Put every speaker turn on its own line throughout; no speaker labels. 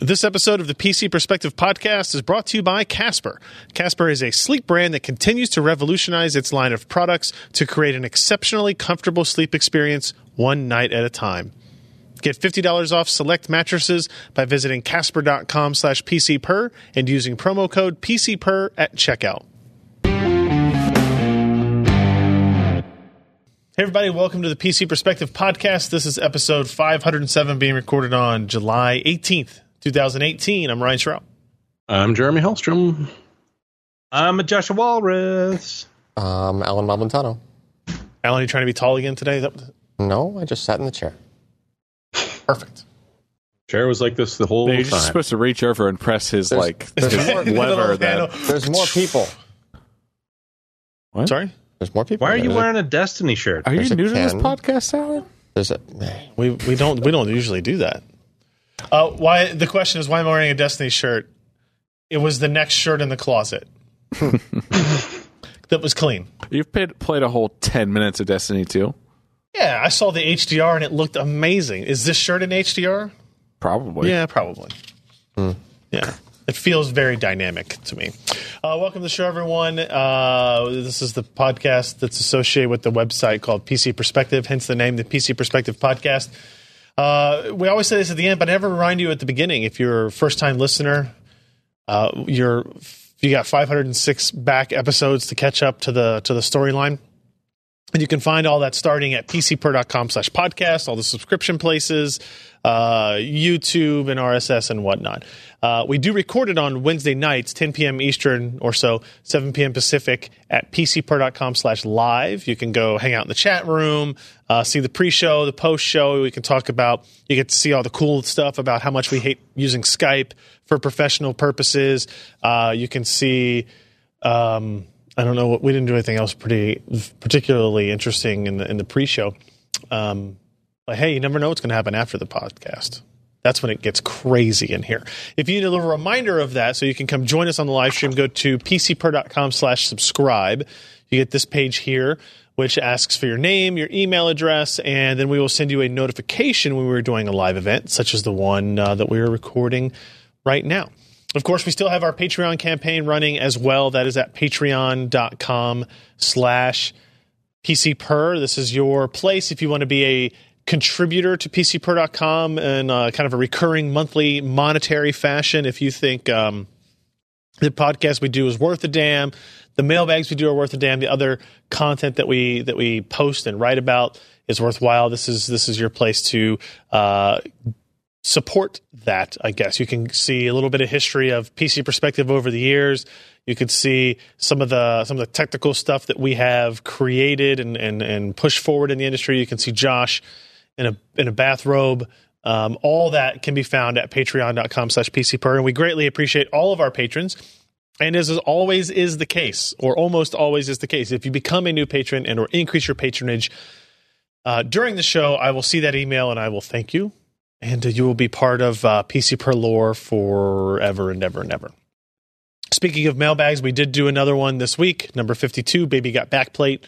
This episode of the PC Perspective podcast is brought to you by Casper. Casper is a sleep brand that continues to revolutionize its line of products to create an exceptionally comfortable sleep experience one night at a time. Get $50 off select mattresses by visiting casper.com slash pcper and using promo code pcper at checkout. Hey, everybody, welcome to the PC Perspective Podcast. This is episode 507 being recorded on July 18th, 2018. I'm Ryan Schraub.
I'm Jeremy Hellstrom.
I'm a Joshua Walrus.
Um, Alan Malventano.
Alan, you trying to be tall again today? Is that-
No, I just sat in the chair.
Perfect.
Chair was like this the whole
You're
time.
just supposed to reach over and press his
There's-
like
there's
his
more-
lever.
Little
That
handle.
There's more people.
What?
Sorry?
There's more people.
Why are you
There's a-
wearing a Destiny shirt?
are you
There's a
new to this
can.
podcast, Alan?
There's a.
We we don't we don't usually do that. Uh, why the question is why am I wearing a Destiny shirt? It was the next shirt in the closet that was clean.
You've paid, played a whole ten minutes of Destiny 2.
Yeah, I saw the HDR and it looked amazing. Is this shirt in HDR?
Probably.
Yeah, probably. Yeah. It feels very dynamic to me. Uh, welcome to the show, everyone. Uh, this is the podcast that's associated with the website called PC Perspective, hence the name, the PC Perspective Podcast. Uh, we always say this at the end, but I never remind you at the beginning. If you're a first time listener, uh, you're you got 506 back episodes to catch up to the to the storyline. And you can find all that starting at pcper.com slash podcast, all the subscription places, uh, YouTube and RSS and whatnot. Uh, we do record it on Wednesday nights, 10 p.m. Eastern or so, 7 p.m. Pacific at pcper.com slash live. You can go hang out in the chat room, uh, see the pre-show, the post-show. We can talk about, you get to see all the cool stuff about how much we hate using Skype for professional purposes. Uh, you can see um, I don't know. We didn't do anything else pretty particularly interesting in the in the pre-show. Um, but hey, you never know what's going to happen after the podcast. That's when it gets crazy in here. If you need a little reminder of that, so you can come join us on the live stream, go to pcper.com slash subscribe. You get this page here, which asks for your name, your email address, and then we will send you a notification when we're doing a live event, such as the one uh, that we are recording right now. Of course, we still have our Patreon campaign running as well. That is at patreon.com slash PC Per. This is your place if you want to be a contributor to PCPer.com in uh, kind of a recurring monthly monetary fashion. If you think um, the podcast we do is worth a damn, the mailbags we do are worth a damn, the other content that we that we post and write about is worthwhile. This is this is your place to uh, support that, I guess. You can see a little bit of history of PC perspective over the years. You could see some of the some of the technical stuff that we have created and and, and pushed forward in the industry. You can see Josh in a in a bathrobe. Um, all that can be found at patreon.com slash pcper. And we greatly appreciate all of our patrons. And as is always is the case, or almost always is the case, if you become a new patron and or increase your patronage uh, during the show, I will see that email and I will thank you and uh, you will be part of uh, PC Per Lore forever and ever and ever. Speaking of mailbags, we did do another one this week, number fifty-two. Baby got backplate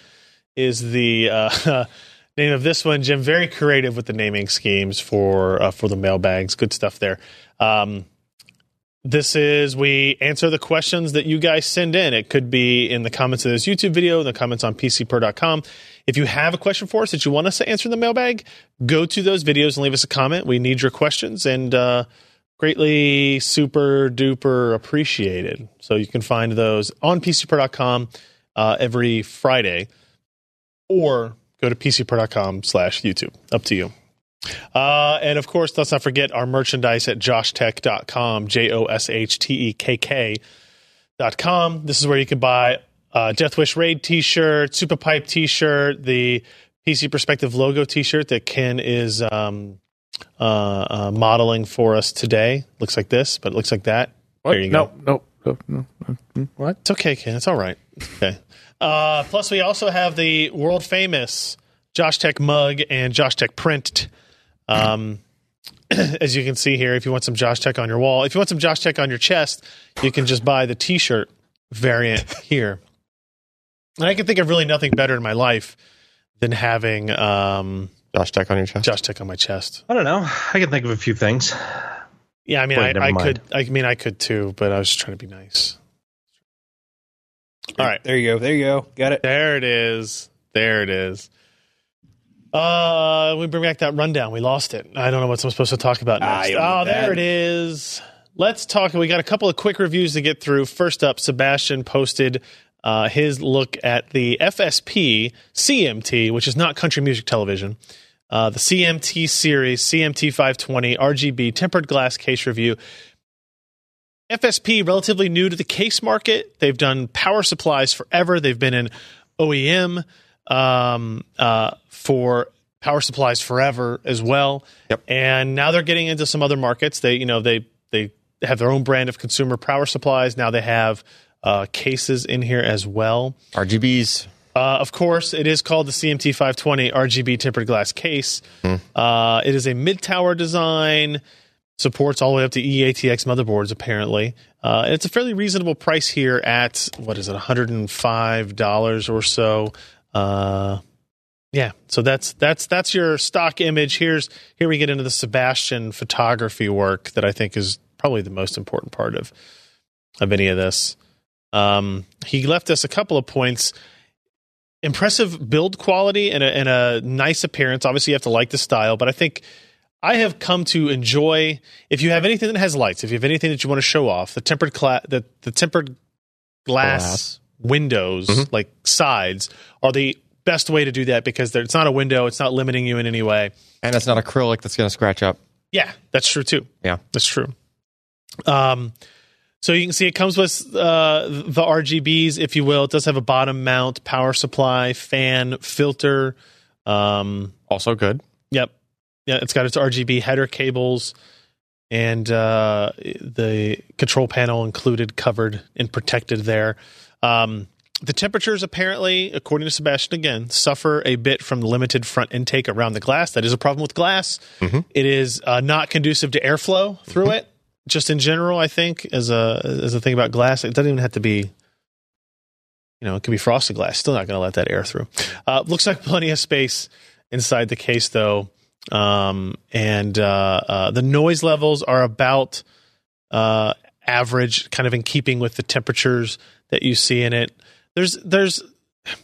is the uh, name of this one. Jim very creative with the naming schemes for uh, for the mailbags. Good stuff there. Um, this is we answer the questions that you guys send in. It could be in the comments of this YouTube video, in the comments on pcper.com. If you have a question for us that you want us to answer in the mailbag, go to those videos and leave us a comment. We need your questions and uh, greatly super duper appreciated. So you can find those on pcper.com uh, every Friday or go to pcper.com slash YouTube. Up to you. Uh, and of course, let's not forget our merchandise at joshtech.com, J O S H T E K K dot com. This is where you can buy uh, Death Wish Raid t shirt, Superpipe t shirt, the PC Perspective logo t shirt that Ken is um, uh, uh, modeling for us today. Looks like this, but it looks like that. There you go.
No, no, no, no. Mm, What?
It's okay, Ken. It's all right. Okay. Uh, plus, we also have the world famous Josh Tech mug and Josh Tech print. Um, as you can see here, if you want some Josh Tech on your wall, if you want some Josh Tech on your chest, you can just buy the t shirt variant here. And I can think of really nothing better in my life than having um,
Josh Tech on your chest.
Josh Tech on my chest.
I don't know. I can think of a few things.
Yeah, I mean,
Wait,
I,
never
I
mind.
could. I mean, I could too, but I was just trying to be nice. All right,
There you go. There you go. Got it.
there it is. There it is. Uh, we bring back that rundown. We lost it. I don't know what I'm supposed to talk about
Ah,
next.
you don't
Oh,
need
there it
that.
is. Let's talk. We got a couple of quick reviews to get through. First up, Sebastian posted uh, his look at the FSP CMT, which is not country music television. Uh, the CMT series, CMT 520, RGB, tempered glass case review. FSP relatively new to the case market. They've done power supplies forever. They've been in OEM um, uh, for power supplies forever as well.
Yep.
And now they're getting into some other markets. They you know they they have their own brand of consumer power supplies. Now they have uh, cases in here as well.
RGBs.
Uh, of course, it is called the CMT 520 RGB tempered glass case. Uh, it is a mid tower design, supports all the way up to E EATX motherboards, apparently. Uh, and it's a fairly reasonable price here at, what is it, $105 or so. Uh, yeah, so that's that's that's your stock image. Here's here we get into the Sebastian photography work that I think is probably the most important part of of any of this. Um, he left us a couple of points impressive build quality and a, and a nice appearance. Obviously, you have to like the style, but I think I have come to enjoy. If you have anything that has lights, if you have anything that you want to show off, the tempered cla- the, the tempered glass,
Glass.
windows, like sides, are the best way to do that because they're- it's not a window. It's not limiting you in any way.
And it's not acrylic that's going to scratch up.
Yeah, that's true too.
Yeah.
that's true. Um, so you can see it comes with uh, the RGBs, if you will. It does have a bottom mount, power supply, fan, filter. Um,
Also good.
yep, yeah, it's got its RGB header cables and uh, the control panel included, covered and protected there. Um, the temperatures apparently, according to Sebastian again, suffer a bit from the limited front intake around the glass. That is a problem with glass. It is uh, not conducive to airflow through it. Just in general, I think as a as a thing about glass, it doesn't even have to be. You know, it could be frosted glass. Still not going to let that air through. Uh, looks like plenty of space inside the case, though. Um, and uh, uh, the noise levels are about uh, average, kind of in keeping with the temperatures that you see in it. There's there's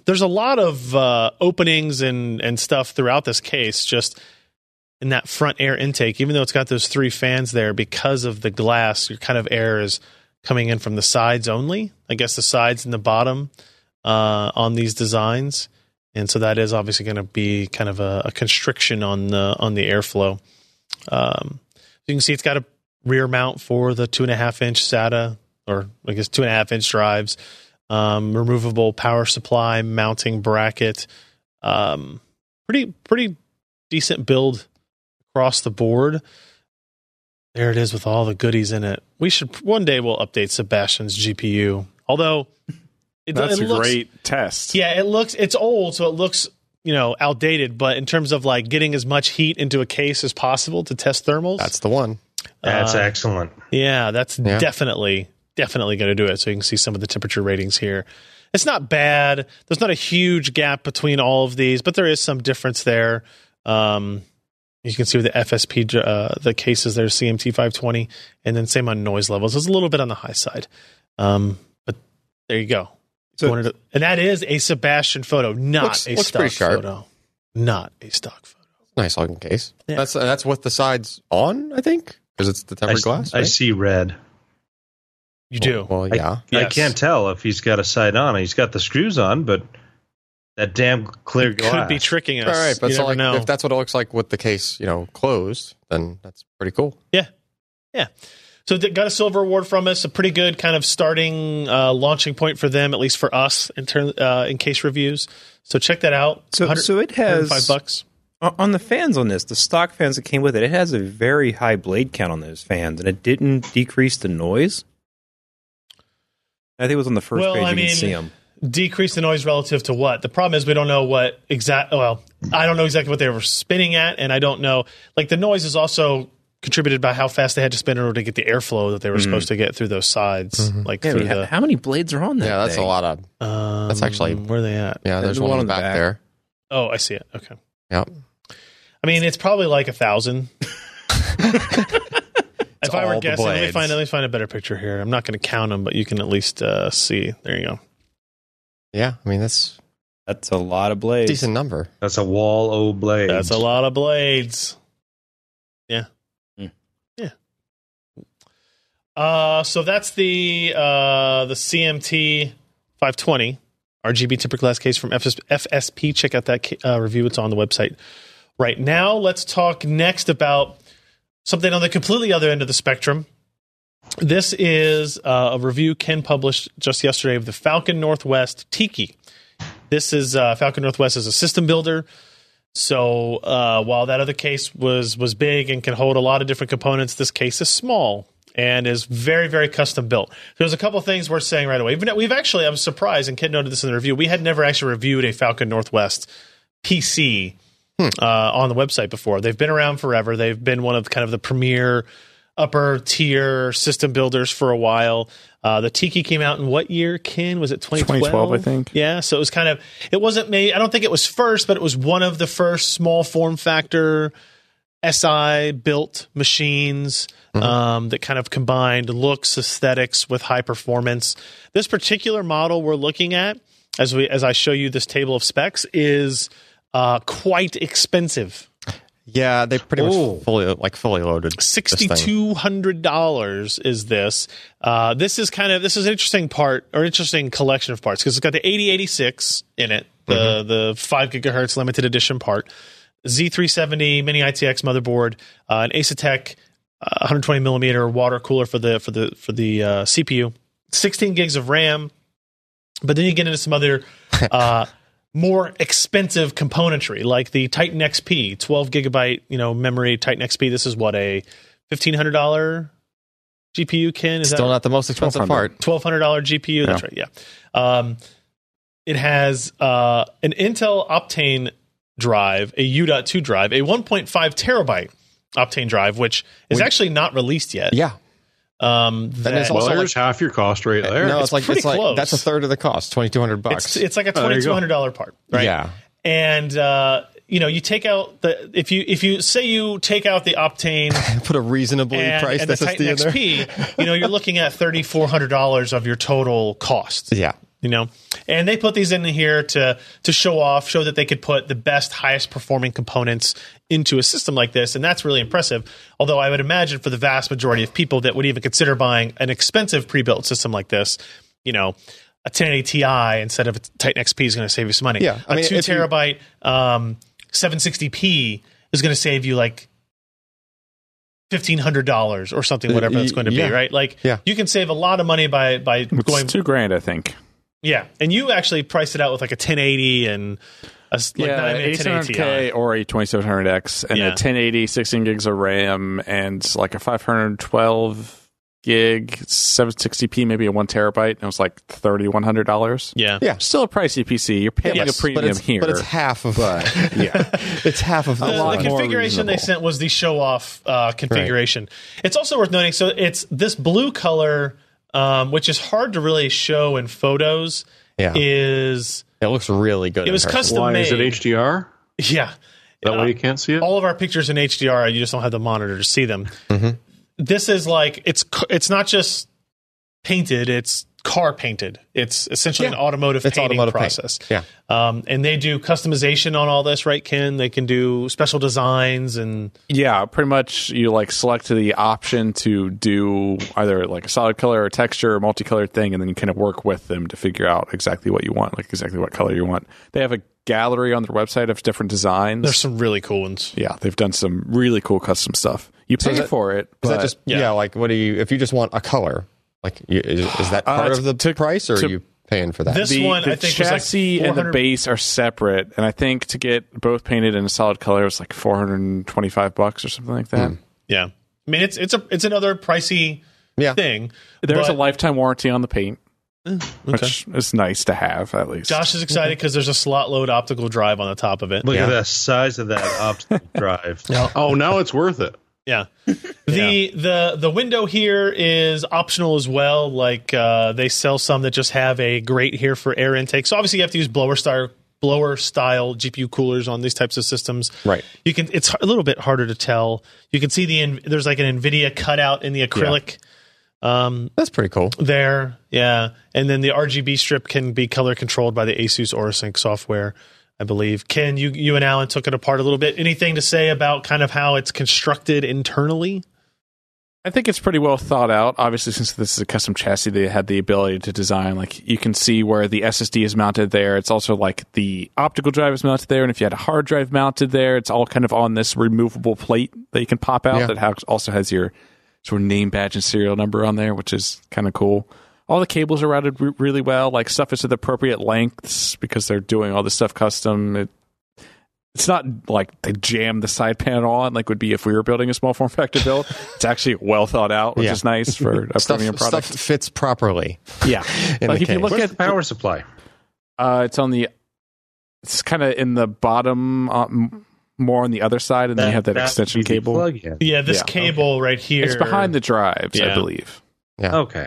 there's a lot of uh, openings and and stuff throughout this case, just in that front air intake. Even though it's got those three fans there, because of the glass, your kind of air is coming in from the sides only. I guess the sides and the bottom uh, on these designs, and so that is obviously going to be kind of a, a constriction on the on the airflow. Um, you can see it's got a rear mount for the two and a half inch SATA or I guess two and a half inch drives, um, removable power supply, mounting bracket, um, pretty pretty decent build across the board. There it is with all the goodies in it. We should one day we'll update Sebastian's GPU. Although it,
That's
it
a
looks,
great test.
yeah, it looks it's old, so it looks you know outdated. But in terms of like getting as much heat into a case as possible to test thermals,
That's the one.
That's
Uh,
excellent.
yeah, that's
Yeah.
definitely definitely going to do it. So you can see some of the temperature ratings here. It's not bad. There's not a huge gap between all of these, but there is some difference there. Um, you can see with the FSP, dr- uh, the cases there, CMT 520, and then same on noise levels. It's a little bit on the high side, um, but there you go.
So-
Wanted to- and that is a Sebastian photo, not
Looks-
a
looks
stock
pretty sharp.
photo. Not a stock photo.
Nice looking case.
Yeah.
That's that's with the sides on, I think, because it's the
I,
tempered
s-
glass.
I
right?
see red.
You do.
Well, well, yeah.
I
Yes.
can't tell if he's got a side on. He's got the screws on, but that damn clear
It
glass.
could be tricking us.
All right, but
you
so
never
like,
know.
if that's what it looks like with the case, you know, closed, then that's pretty cool.
So they got a silver award from us, a pretty good kind of starting uh, launching point for them, at least for us in turn uh, in case reviews. So check that out.
So,
100
so it
105
has
bucks.
on on the fans on this, the stock fans that came with it. It has a very high blade count on those fans, and it didn't decrease the noise. I think it was on the first
Well,
page
I
you
mean,
can see them.
Decrease the noise relative to what? The problem is we don't know what exact. Well, I don't know exactly what they were spinning at, and I don't know. Like the noise is also contributed by how fast they had to spin in order to get the airflow that they
Mm.
were supposed to get through those sides, like
Yeah, I
through
mean, how,
the.
how many blades are on that?
Yeah, that's
thing?
a lot of.
Um,
that's actually-
where are they at.
Yeah, there's
the
one, in the back, there.
Oh, I see it. Okay.
Yeah.
I mean, it's probably like a thousand.
It's
if I
all
were
the
guessing, let me
blades.
find let me find a better picture here. I'm not going to count them, but you can at least uh, see. There you go.
Yeah, I mean that's
That's a lot of blades.
a decent number.
That's a wall o blade.
That's a lot of blades. Yeah.
Hmm.
Yeah. Uh, so that's the uh, the CMT 520 RGB temper glass case from FS- FSP. Check out that ca- uh, review. It's on the website right now. Let's talk next about something on the completely other end of the spectrum. This is uh, a review Ken published just yesterday of the Falcon Northwest Tiki. This is uh, Falcon Northwest is a system builder. So uh, while that other case was was big and can hold a lot of different components, this case is small and is very very custom built. There's a couple things worth saying right away. Even we've actually I'm surprised and Ken noted this in the review. We had never actually reviewed a Falcon Northwest PC uh, on the website before. They've been around forever. They've been one of kind of the premier upper tier system builders for a while. Uh, the Tiki came out in what year? Ken was it
2012, I think.
yeah, so it was kind of it wasn't made. I don't think it was first, but it was one of the first small form factor SI built machines um, that kind of combined looks, aesthetics with high performance. This particular model we're looking at, as we as I show you this table of specs, is uh, quite expensive.
Yeah, they pretty
Ooh.
much fully like fully loaded. this thing.
Sixty-two hundred dollars is this. Uh, this is kind of this is an interesting part or interesting collection of parts because it's got the eighty eighty six in it, the
Mm-hmm.
the five gigahertz limited edition part, Z three seventy mini ITX motherboard, uh, an Asetek uh, one hundred twenty millimeter water cooler for the for the for the uh, CPU, sixteen gigs of RAM, but then you get into some other. Uh, more expensive componentry like the Titan XP 12 gigabyte you know memory Titan XP this is what a $1500 GPU can is
Still
that
not the most expensive
1200.
part.
$1200 GPU that's right yeah um, it has uh, an Intel Optane drive a U.2 drive a 1.5 terabyte Optane drive which is actually not released yet
Yeah,
um, that
is
Well,
also
there's half your cost right there.
no,
It's
it's, like
pretty
it's like
close.
that's a third of the cost, twenty two hundred
it's,
bucks.
it's like a
Oh, there you go.
$2200 part right
Yeah,
and uh, you know you take out the if you if you say you take out the optane
put a reasonably
and,
priced
and the
SSD
Titan
in there.
XP, you know you're looking at thirty four hundred dollars of your total cost.
Yeah,
You know, and they put these in here to to show off, show that they could put the best, highest performing components into a system like this, and that's really impressive. Although I would imagine for the vast majority of people that would even consider buying an expensive pre-built system like this, you know, a 1080 Ti instead of a Titan XP is going to save you some money.
Yeah, I
a
mean,
two
if you-
terabyte um, 760p is going to save you like fifteen hundred dollars or something, whatever
Uh, y-
that's going to
yeah.
be, right? Like,
Yeah.
you can save a lot of money by by
It's
going,
two grand, I think.
yeah. And you actually priced it out with like a ten eighty and a s- like not even a ten eighty Ti.
800K or a 2700X and
Yeah.
a 1080, 16 gigs of RAM, and like a 512 gig, 760p, maybe a one terabyte. And it was like $3,100.
Yeah,
yeah.
Still a pricey PC. You're paying
Yeah,
a
but-
premium
but it's,
here.
But it's half of
yeah.
it's half of the
the,
lot
the
more
configuration they
reasonable.
sent was the show off uh, configuration. It's also worth noting. So it's this blue color, um, which is hard to really show in photos.
Yeah.
Is
It looks really good.
it was custom
Why
made?
is it HDR?
yeah,
That way you can't see it.
all of our pictures in HDR. You just don't have the monitor to see them.
Mm-hmm.
This is like it's c- it's not just painted; it's car painted. It's essentially an
Yeah.
automotive
It's
painting
automotive paint.
process.
Yeah.
um, and they do customization on all this, right? Ken, they can do special designs and
Yeah, pretty much you like select the option to do either like a solid color or texture or multicolored thing, and then you kind of work with them to figure out exactly what you want, like exactly what color you want. They have a gallery on their website of different designs.
there's some really cool ones.
yeah, they've done some really cool custom stuff. You pay
is that-
for
Is
it, but
that just yeah. Like, what do you if you just want a color? Like, you, is, is that
Uh,
part
it's
of the price, or
to-
are you paying for that?
This
the,
one,
the
I think, was like
chassis and the
400
base are separate, and I think to get both painted in a solid color it's like four hundred and twenty-five bucks or something like
Hmm.
that.
Yeah, I mean it's it's a it's another pricey
yeah,
thing.
There's
But- Mm,
a lifetime warranty on the paint, which is nice to have at least.
Josh is excited because there's a slot load optical drive on the top of it.
Look at
Yeah.
the size of that optical drive.
Oh, now it's worth it.
Yeah. The the the window here is optional as well. Like uh, they sell some that just have a grate here for air intake. So obviously you have to use blower style blower style GPU coolers on these types of systems.
Right.
You can. It's a little bit harder to tell. You can see the in, there's like an NVIDIA cutout in the acrylic. Um,
That's pretty cool.
there, yeah, and then the RGB strip can be color controlled by the ASUS Orasync software, I believe. Ken, you you and Alan took it apart a little bit. Anything to say about kind of how it's constructed internally?
I think it's pretty well thought out. Obviously, since this is a custom chassis, they had the ability to design. Like you can see where the SSD is mounted there. It's also like the optical drive is mounted there, and if you had a hard drive mounted there, it's all kind of on this removable plate that you can pop out.
Yeah.
That has, also has your sort of name, badge, and serial number on there, which is kind of cool. All the cables are routed re- really well. Like stuff is at the appropriate lengths because they're doing all this stuff custom. It, it's not like they jam the side panel on like would be if we were building a small form factor build. it's actually well thought out, which
Yeah.
is nice for a
Stuff,
premium
stuff
product.
fits properly.
Yeah,
In
like
the
if you
case.
look
Where's
at
the power supply?
uh, it's on the it's kind of in the bottom, uh, m- more on the other side, and then you have that, extension cable.
Plug-in.
Yeah, this
Yeah,
cable right here.
It's behind the drives, I
Yeah.
believe.
Okay.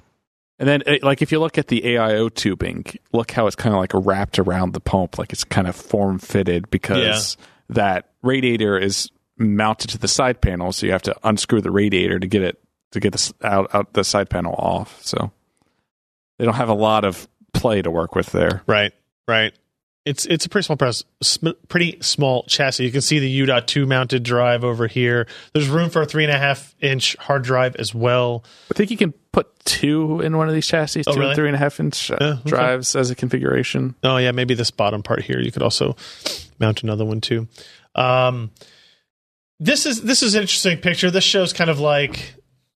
And then, it, like, if you look at the AIO tubing, look how it's kind of like wrapped around the pump, like it's kind of form fitted because that radiator is mounted to the side panel, so you have to unscrew the radiator to get it to get this out out the side panel off. So they don't have a lot of play to work with there.
Right, right. It's it's a pretty small press, sm- pretty small chassis. You can see the U.2 mounted drive over here. There's room for a three and a half inch hard drive as well.
I think you can put two in one of these chassis, two
Oh, really?
and three and a half inch uh,
Yeah, okay.
drives as a configuration.
Oh yeah, maybe this bottom part here. You could also mount another one too. Um, this is this is an interesting picture. This shows kind of like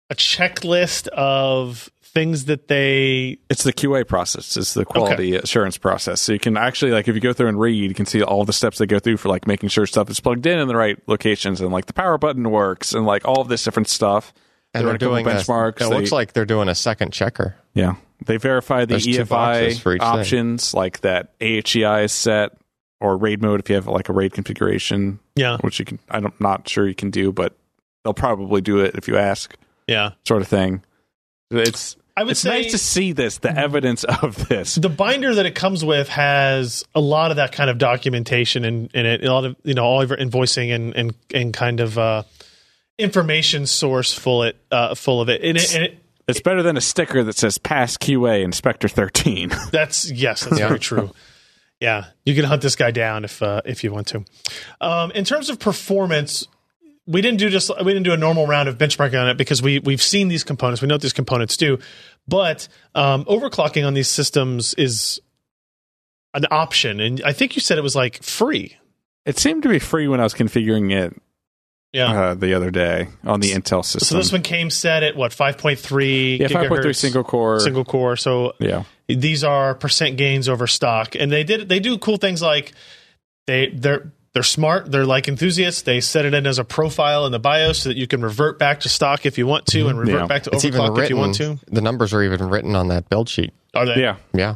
a checklist of things that they
It's the QA process. It's the quality assurance process. So you can actually like if you go through and read, you can see all the steps they go through for like making sure stuff is plugged in in the right locations and like the power button works and like all of this different stuff.
And
There
they're
are a couple
doing a-
benchmarks.
It
They-
looks like they're doing a second checker.
Yeah, they verify the
There's two boxes for
EFI
each thing.
options like that AHEI is set or raid mode if you have like a raid configuration,
yeah
which you can I'm not sure you can do, but they'll probably do it if you ask,
yeah.
sort of thing. It's
I would
it's
say
nice to see this, the evidence of this.
the binder that it comes with has a lot of that kind of documentation in, in it. A lot of you know all of your invoicing and and and kind of uh, information source full it uh, full of it. And, it, and it,
It's better than a sticker that says "Pass QA Inspector 13."
That's yes, that's
Yeah.
very true. Yeah, you can hunt this guy down if uh, if you want to. Um, in terms of performance, we didn't do just we didn't do a normal round of benchmarking on it because we we've seen these components, we know what these components do, but um, overclocking on these systems is an option, and I think you said it was like free.
it seemed to be free when I was configuring it
Yeah.
uh, the other day on the Intel system.
so this one came set at what five point three
yeah, 5.3 single core.
single core. So
yeah,
these are percent gains over stock and they did they do cool things like they they're they're smart they're like enthusiasts they set it in as a profile in the bios so that you can revert back to stock if you want to and revert
Yeah.
back to
It's even
overclock
written.
if you want to
The numbers are even written on that build sheet.
are they
yeah.
Yeah.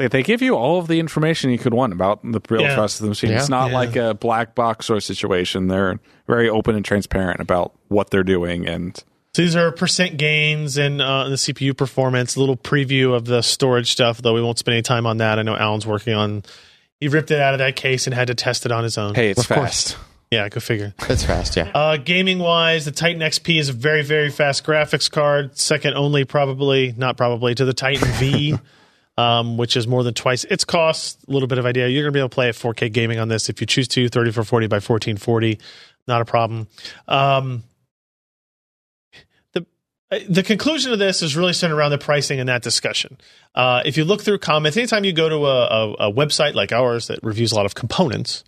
They, they give you all of the information you could want about the real
Yeah.
trust of the machine. It's
Yeah.
not
Yeah.
like a black box sort of situation. They're very open and transparent about what they're doing, and
so these are percent gains and uh, the cpu performance a little preview of the storage stuff though we won't spend any time on that i know alan's working on he ripped it out of that case and had to test it on his own
hey, it's
Of course.
fast.
yeah go figure
It's fast. Yeah.
Uh, gaming wise, the Titan XP is a very, very fast graphics card, second only, probably not probably, to the Titan V, um, which is more than twice its cost. A little bit of idea. You're going to be able to play at 4K gaming on this if you choose to, 3440 by 1440, not a problem. Um, the uh, the conclusion of this is really centered around the pricing and that discussion. Uh, if you look through comments, anytime you go to a, a, a website like ours that reviews a lot of components,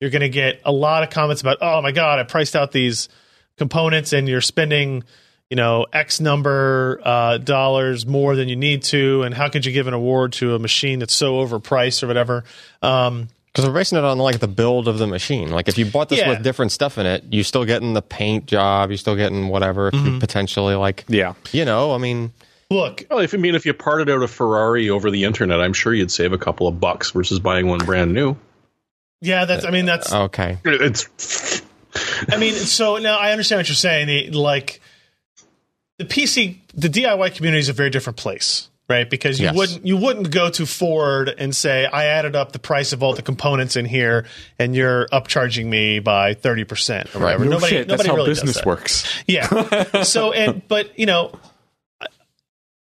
you're going to get a lot of comments about, oh my God, I priced out these components and you're spending, you know, X number uh, dollars more than you need to. And how could you give an award to a machine that's so overpriced or whatever? Um,
Because we're basing it on like the build of the machine. Like if you bought this
Yeah.
with different stuff in it, you're still getting the paint job. You're still getting whatever. If you potentially like,
Yeah,
you know, I mean,
look,
Well, if I mean if you parted out a Ferrari over the internet, I'm sure you'd save a couple of bucks versus buying one brand new.
yeah, that's, I mean, that's,
okay,
It's
I mean, so now I understand what you're saying. The, like, the PC, the DIY community is a very different place. right? Because you
Yes.
wouldn't you wouldn't go to Ford and say I added up the price of all the components in here, and you're upcharging me by thirty percent or whatever.
No
nobody
shit, that's
nobody
how
really does
business
that.
works.
Yeah. so and but you know, I-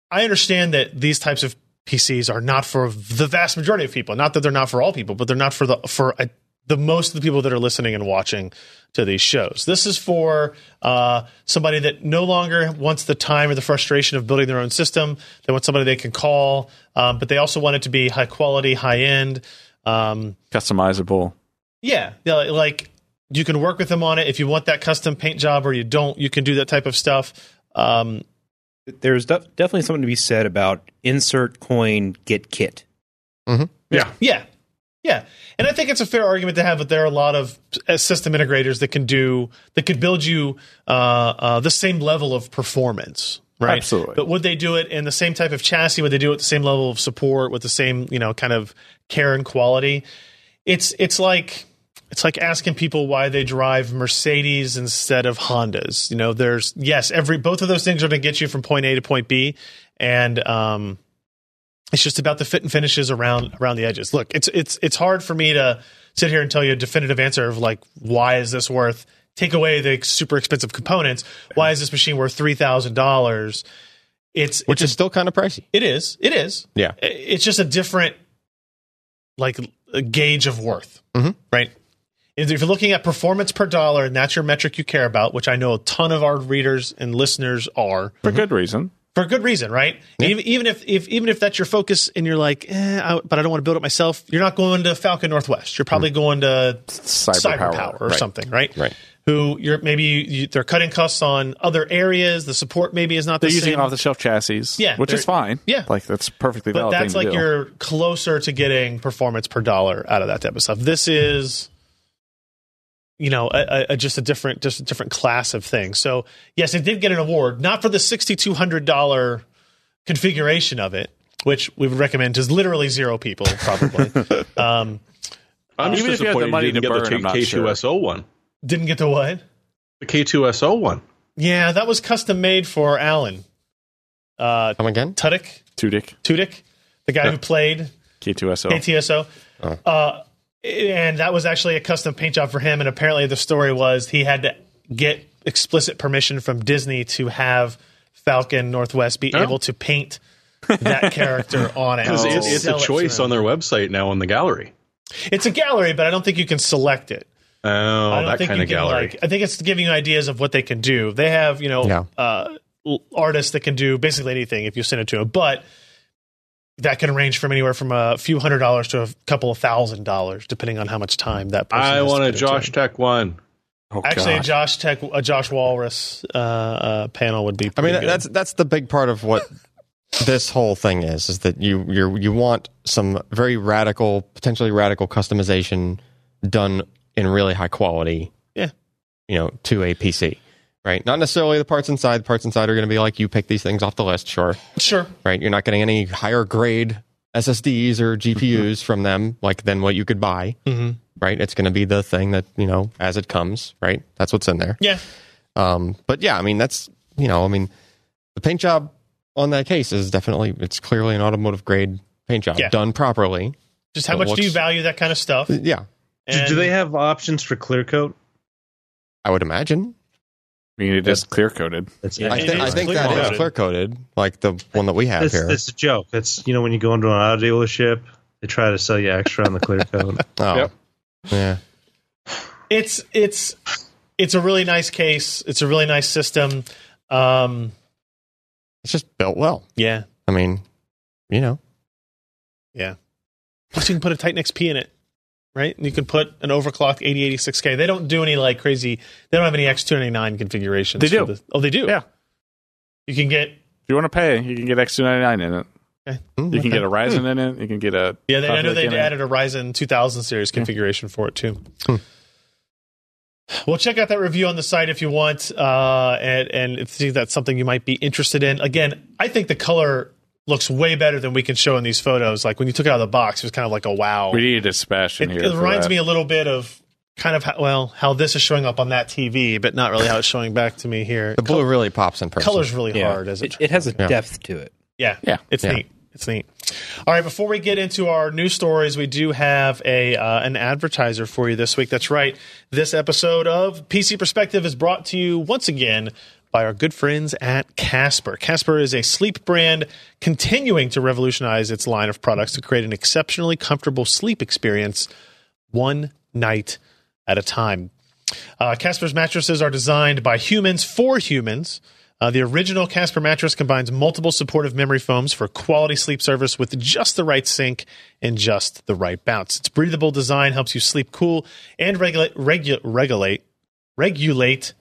I understand that these types of PCs are not for the vast majority of people. Not that they're not for all people, but they're not for the for a, the most of the people that are listening and watching to these shows. This is for uh, somebody that no longer wants the time or the frustration of building their own system. They want somebody they can call, um, but they also want it to be high quality, high end. Um,
Customizable.
yeah, yeah, like you can work with them on it if you want that custom paint job or you don't. You can do that type of stuff. Um,
There's def- definitely something to be said about insert coin, get kit.
yeah, yeah, and I think it's a fair argument to have. But there are a lot of uh, system integrators that can do that could build you uh, uh, the same level of performance. Right.
Absolutely.
But would they do it in the same type of chassis? Would they do it with the same level of support, with the same, you know, kind of care and quality? It's it's like it's like asking people why they drive Mercedes instead of Hondas. You know, there's yes, every both of those things are going to get you from point A to point B, and um, it's just about the fit and finishes around around the edges. Look, it's it's it's hard for me to sit here and tell you a definitive answer of like why is this worth. Take away the super expensive components. Why is this machine worth three thousand dollars? It's
which
it's
is still kind of pricey.
it is it is
Yeah.
I- it's just a different like a gauge of worth
Mhm.
right if if you're looking at performance per dollar and that's your metric you care about which i know a ton of our readers and listeners are
For good reason.
for good reason right And even, even if, if even if that's your focus and you're like eh, I, but i don't want to build it myself you're not going to falcon northwest you're probably going to
Cyber, power.
or something right
Right.
who you're maybe you, they're cutting costs on other areas the support maybe is not
They're
the
using
same
off the shelf chassis.
Yeah,
Which is
they're-
fine.
yeah.
Like that's perfectly
but
valid.
that's
thing to
like
do.
you're closer to getting performance per dollar out of that type of stuff. This is, you know, a, a- a, just a different, just a different class of thing. So yes, it did get an award, not for the sixty two hundred dollar configuration of it, which we would recommend to literally zero people probably. um,
I'm just
Even if you had the
disappointed
money
didn't
to
get
burn, I'm
the
not
K-
sure.
K2SO one.
didn't get the what?
The K2SO one.
Yeah, that was custom made for Alan uh,
Come again?
Tudyk,
Tudyk
Tudyk, the guy who played
K2SO.
ATSO. Uh, and that was actually a custom paint job for him. And apparently, the story was he had to get explicit permission from Disney to have Falcon Northwest be able to paint that character on it.
'Cause
to
Oh. it's, it's
Oh. sell
a
it to
choice
them.
on their website now in the gallery.
It's a gallery, but I don't think you can select it.
Oh,
I don't
that
think
kind
you
of
can,
gallery.
Like, I think it's giving you ideas of what they can do. They have, you know,
Yeah.
uh, l- artists that can do basically anything if you send it to them. But that can range from anywhere from a few hundred dollars to a couple of thousand dollars, depending on how much time that person.
I
has to
want a
put into
Josh
it.
Tech one.
Oh,
Actually, a
God.
Josh Tech, a Josh Walrus uh, uh, panel would be.
I mean,
pretty good.
that's that's the big part of what this whole thing is: is that you you you want some very radical, potentially radical customization done in really high quality.
Yeah.
you know, to a PC, right? Not necessarily the parts inside. The parts inside are going to be like you pick these things off the list, sure,
sure.
right? You're not getting any higher grade SSDs or GPUs
Mm-hmm.
from them, like than what you could buy,
Mhm.
right? It's going to be the thing that you know as it comes, right? That's what's in there.
Yeah,
Um, but yeah, I mean that's you know, I mean the paint job on that case is definitely it's clearly an automotive grade paint job
Yeah.
done properly.
just how
It
much do you
looks-
value that kind of stuff?
Yeah,
Do,
And
do they have options for clear coat?
I would imagine.
I mean, it is clear coated.
That's
Yeah,
I,
it
thi- I
is
think that
clear-coated.
is clear coated, like the one that we have
That's,
here.
that's a joke. That's you know when you go into an auto dealership, they try to sell you extra on the clear coat.
oh,
Yep.
yeah,
it's it's it's a really nice case. It's a really nice system. Um,
it's just built well.
yeah,
I mean, you know,
Plus, you can put a Titan XP in it, right? And you can put an overclocked 8086K. They don't do any like crazy. They don't have any X299 configurations.
They
for
do.
this. Oh, they do.
Yeah.
You can get.
If you want to pay, you can get X299 in it.
Mm,
You can
okay.
get a Ryzen in it. You can get a
Yeah, they, I know
Popular
they
game,
added a Ryzen 2000 series
Hmm.
configuration for it too.
Hmm.
Well, check out that review on the site if you want, uh, and and if you think that's something you might be interested in. Again, I think the color looks way better than we can show in these photos. Like when you took it out of the box, it was kind of like a wow.
We needed a Sebastian
It,
here.
it
for
reminds
that.
me a little bit of kind of how, well how this is showing up on that TV, but not really how it's showing back to me here.
the blue really pops in person.
Color's really
Yeah.
hard, as it,
It, it has a depth to it.
Yeah.
Yeah.
It's
Yeah.
neat. It's neat. All right. Before we get into our news stories, we do have a uh, an advertiser for you this week. That's right. This episode of PC Perspective is brought to you once again by our good friends at Casper. Casper is a sleep brand continuing to revolutionize its line of products to create an exceptionally comfortable sleep experience one night at a time. Uh, Casper's mattresses are designed by humans for humans. Uh, the original Casper mattress combines multiple supportive memory foams for quality sleep service with just the right sink and just the right bounce. Its breathable design helps you sleep cool and regulate regu- regulate regulate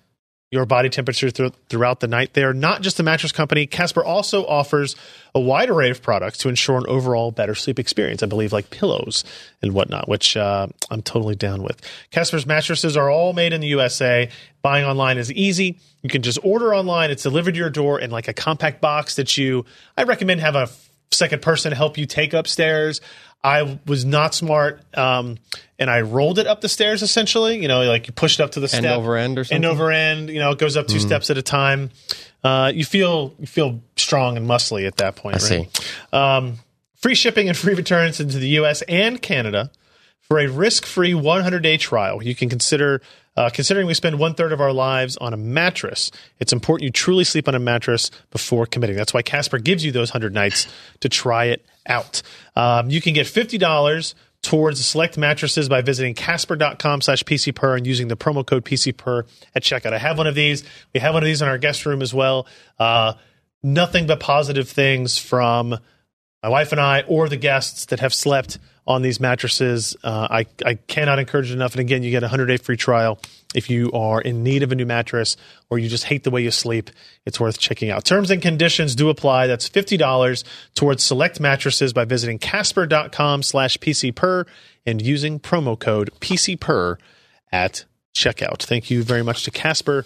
your body temperature thr- throughout the night. They are not just a mattress company. Casper also offers a wide array of products to ensure an overall better sleep experience. I believe like pillows and whatnot, which uh, I'm totally down with. Casper's mattresses are all made in the USA. Buying online is easy. You can just order online. It's delivered to your door in like a compact box that you. I recommend have a f- second person help you take upstairs. I was not smart, um, and I rolled it up the stairs. Essentially, you know, like you push it up to the
End
step
over end or
end
something?
over end. You know, it goes up
Mm-hmm.
two steps at a time. Uh, you feel you feel strong and muscly at that point.
I see.
Um, free shipping and free returns into the U.S. and Canada for a risk-free 100-day trial. You can consider. Uh, considering we spend one third of our lives on a mattress, it's important you truly sleep on a mattress before committing. That's why Casper gives you those 100 nights to try it out. Um, you can get $50 towards select mattresses by visiting casper.com slash pcper and using the promo code pcper at checkout. I have one of these. We have one of these in our guest room as well. Uh, nothing but positive things from my wife and I, or the guests that have slept on these mattresses. Uh, I, I cannot encourage it enough. And again, you get a 100 day free trial if you are in need of a new mattress or you just hate the way you sleep. It's worth checking out. Terms and conditions do apply. That's $50 towards select mattresses by visiting casper.com slash pcper and using promo code pcper at checkout. Thank you very much to Casper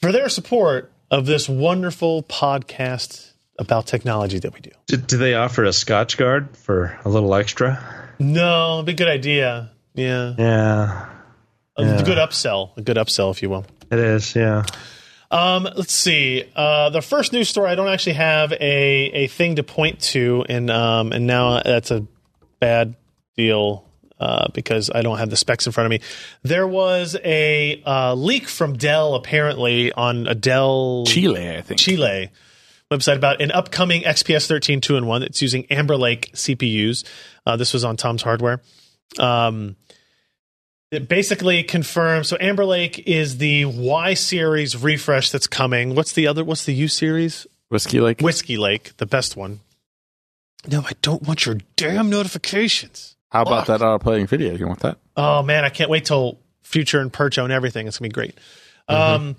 for their support of this wonderful podcast about technology that we do.
Do, do they offer a Scotch guard for a little extra?
No, it'd be a good idea. Yeah.
Yeah,
A good upsell. A good upsell, if you will.
it is. Yeah.
Um, let's see. Uh, the first news story, I don't actually have a, a thing to point to, and um, and now that's a bad deal uh, because I don't have the specs in front of me. There was a uh, leak from Dell apparently on a Dell
Chile, I think.
Chile website about an upcoming XPS 13 2 in 1 that's using Amber Lake CPUs. Uh, this was on Tom's Hardware. Um, it basically confirms so Amber Lake is the Y series refresh that's coming. What's the other? What's the U series?
Whiskey Lake.
Whiskey Lake, the best one. No, I don't want your damn notifications.
How about that auto playing video? You want that?
Oh man, I can't wait till Future and Percho and everything. It's gonna be great. Um,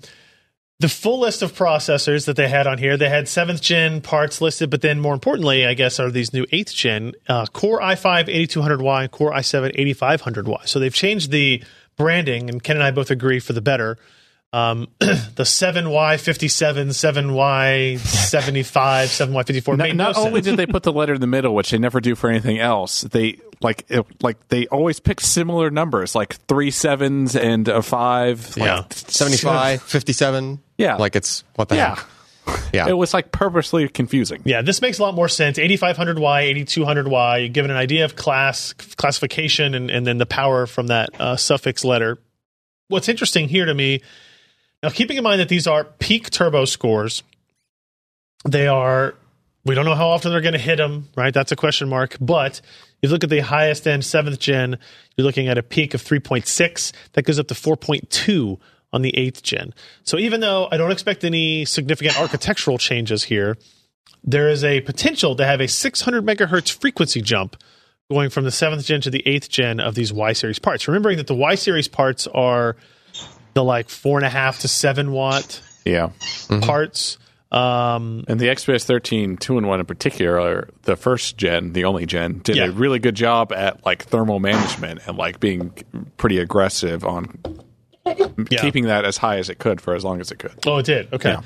the full list of processors that they had on here, they had seventh gen parts listed, but then more importantly, I guess, are these new eighth gen uh, Core i5 8200Y and Core i7 8500Y. So they've changed the branding, and Ken and I both agree for the better. Um, the 7Y57, 7Y75, 7Y54.
Not,
made no
not only
sense.
did they put the letter in the middle, which they never do for anything else, they like it, like they always pick similar numbers, like three sevens and a five. like-
Yeah.
75, 57.
Yeah.
Like it's what the
yeah,
heck? Yeah.
It was like purposely confusing.
Yeah, this makes a lot more sense. 8500Y, 8200Y, you give it an idea of class classification and, and then the power from that uh, suffix letter. What's interesting here to me, now keeping in mind that these are peak turbo scores, they are, we don't know how often they're going to hit them, right? That's a question mark. But if you look at the highest end seventh gen, you're looking at a peak of 3.6. That goes up to 4.2 on the eighth gen. So even though I don't expect any significant architectural changes here, there is a potential to have a 600 megahertz frequency jump going from the seventh gen to the eighth gen of these Y series parts. Remembering that the Y series parts are the like four and a half to seven watt
Yeah,
parts. Um,
and the XPS 13 two and one in particular, the first gen, the only gen, did
Yeah.
a really good job at like thermal management and like being pretty aggressive on
yeah.
keeping that as high as it could for as long as it could.
oh, it did. Okay.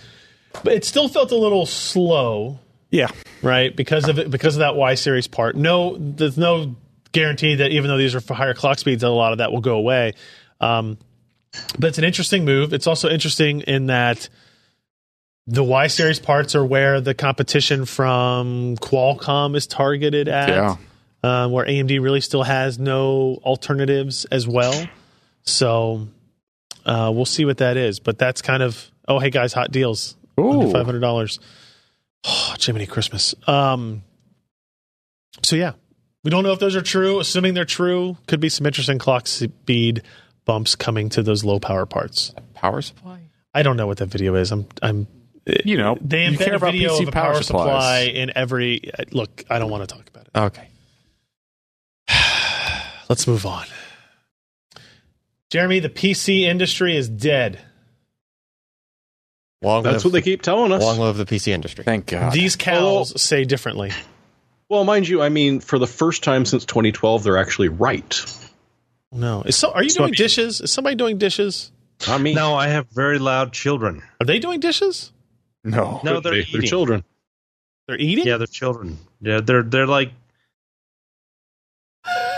But it still felt a little slow,
Yeah,
right? Because of it, because of that Y series part. No, there's no guarantee that even though these are for higher clock speeds, that a lot of that will go away. Um, but it's an interesting move. It's also interesting in that the Y series parts are where the competition from Qualcomm is targeted at.
Yeah.
Um, where AMD really still has no alternatives as well. So uh, we'll see what that is. But that's kind of oh hey guys, hot deals under
Ooh.
five hundred dollars. Oh, Jiminy Christmas. Um. So yeah, we don't know if those are true. Assuming they're true, could be some interesting clock speed bumps coming to those low power parts.
Power supply?
I don't know what that video is. I'm I'm
Uh, You know,
they
you
embed
care
a
about
video
PC
of a power,
power
supply
supplies.
in every. uh, Look, I don't want to talk about it.
Okay.
Let's move on. Jeremy, the PC industry is dead.
Long
That's what
live,
they keep telling us.
Long live the PC industry.
Thank God.
These cows say differently.
Well, mind you, I mean, for the first time since 2012, they're actually right.
No, is so, are you
It's
doing
not-
dishes? Is somebody doing dishes?
Not me.
No, I have very loud children.
Are they doing dishes?
no.
No, they're
they,
eating.
are children.
They're eating.
Yeah, they're children. Yeah, they're they're like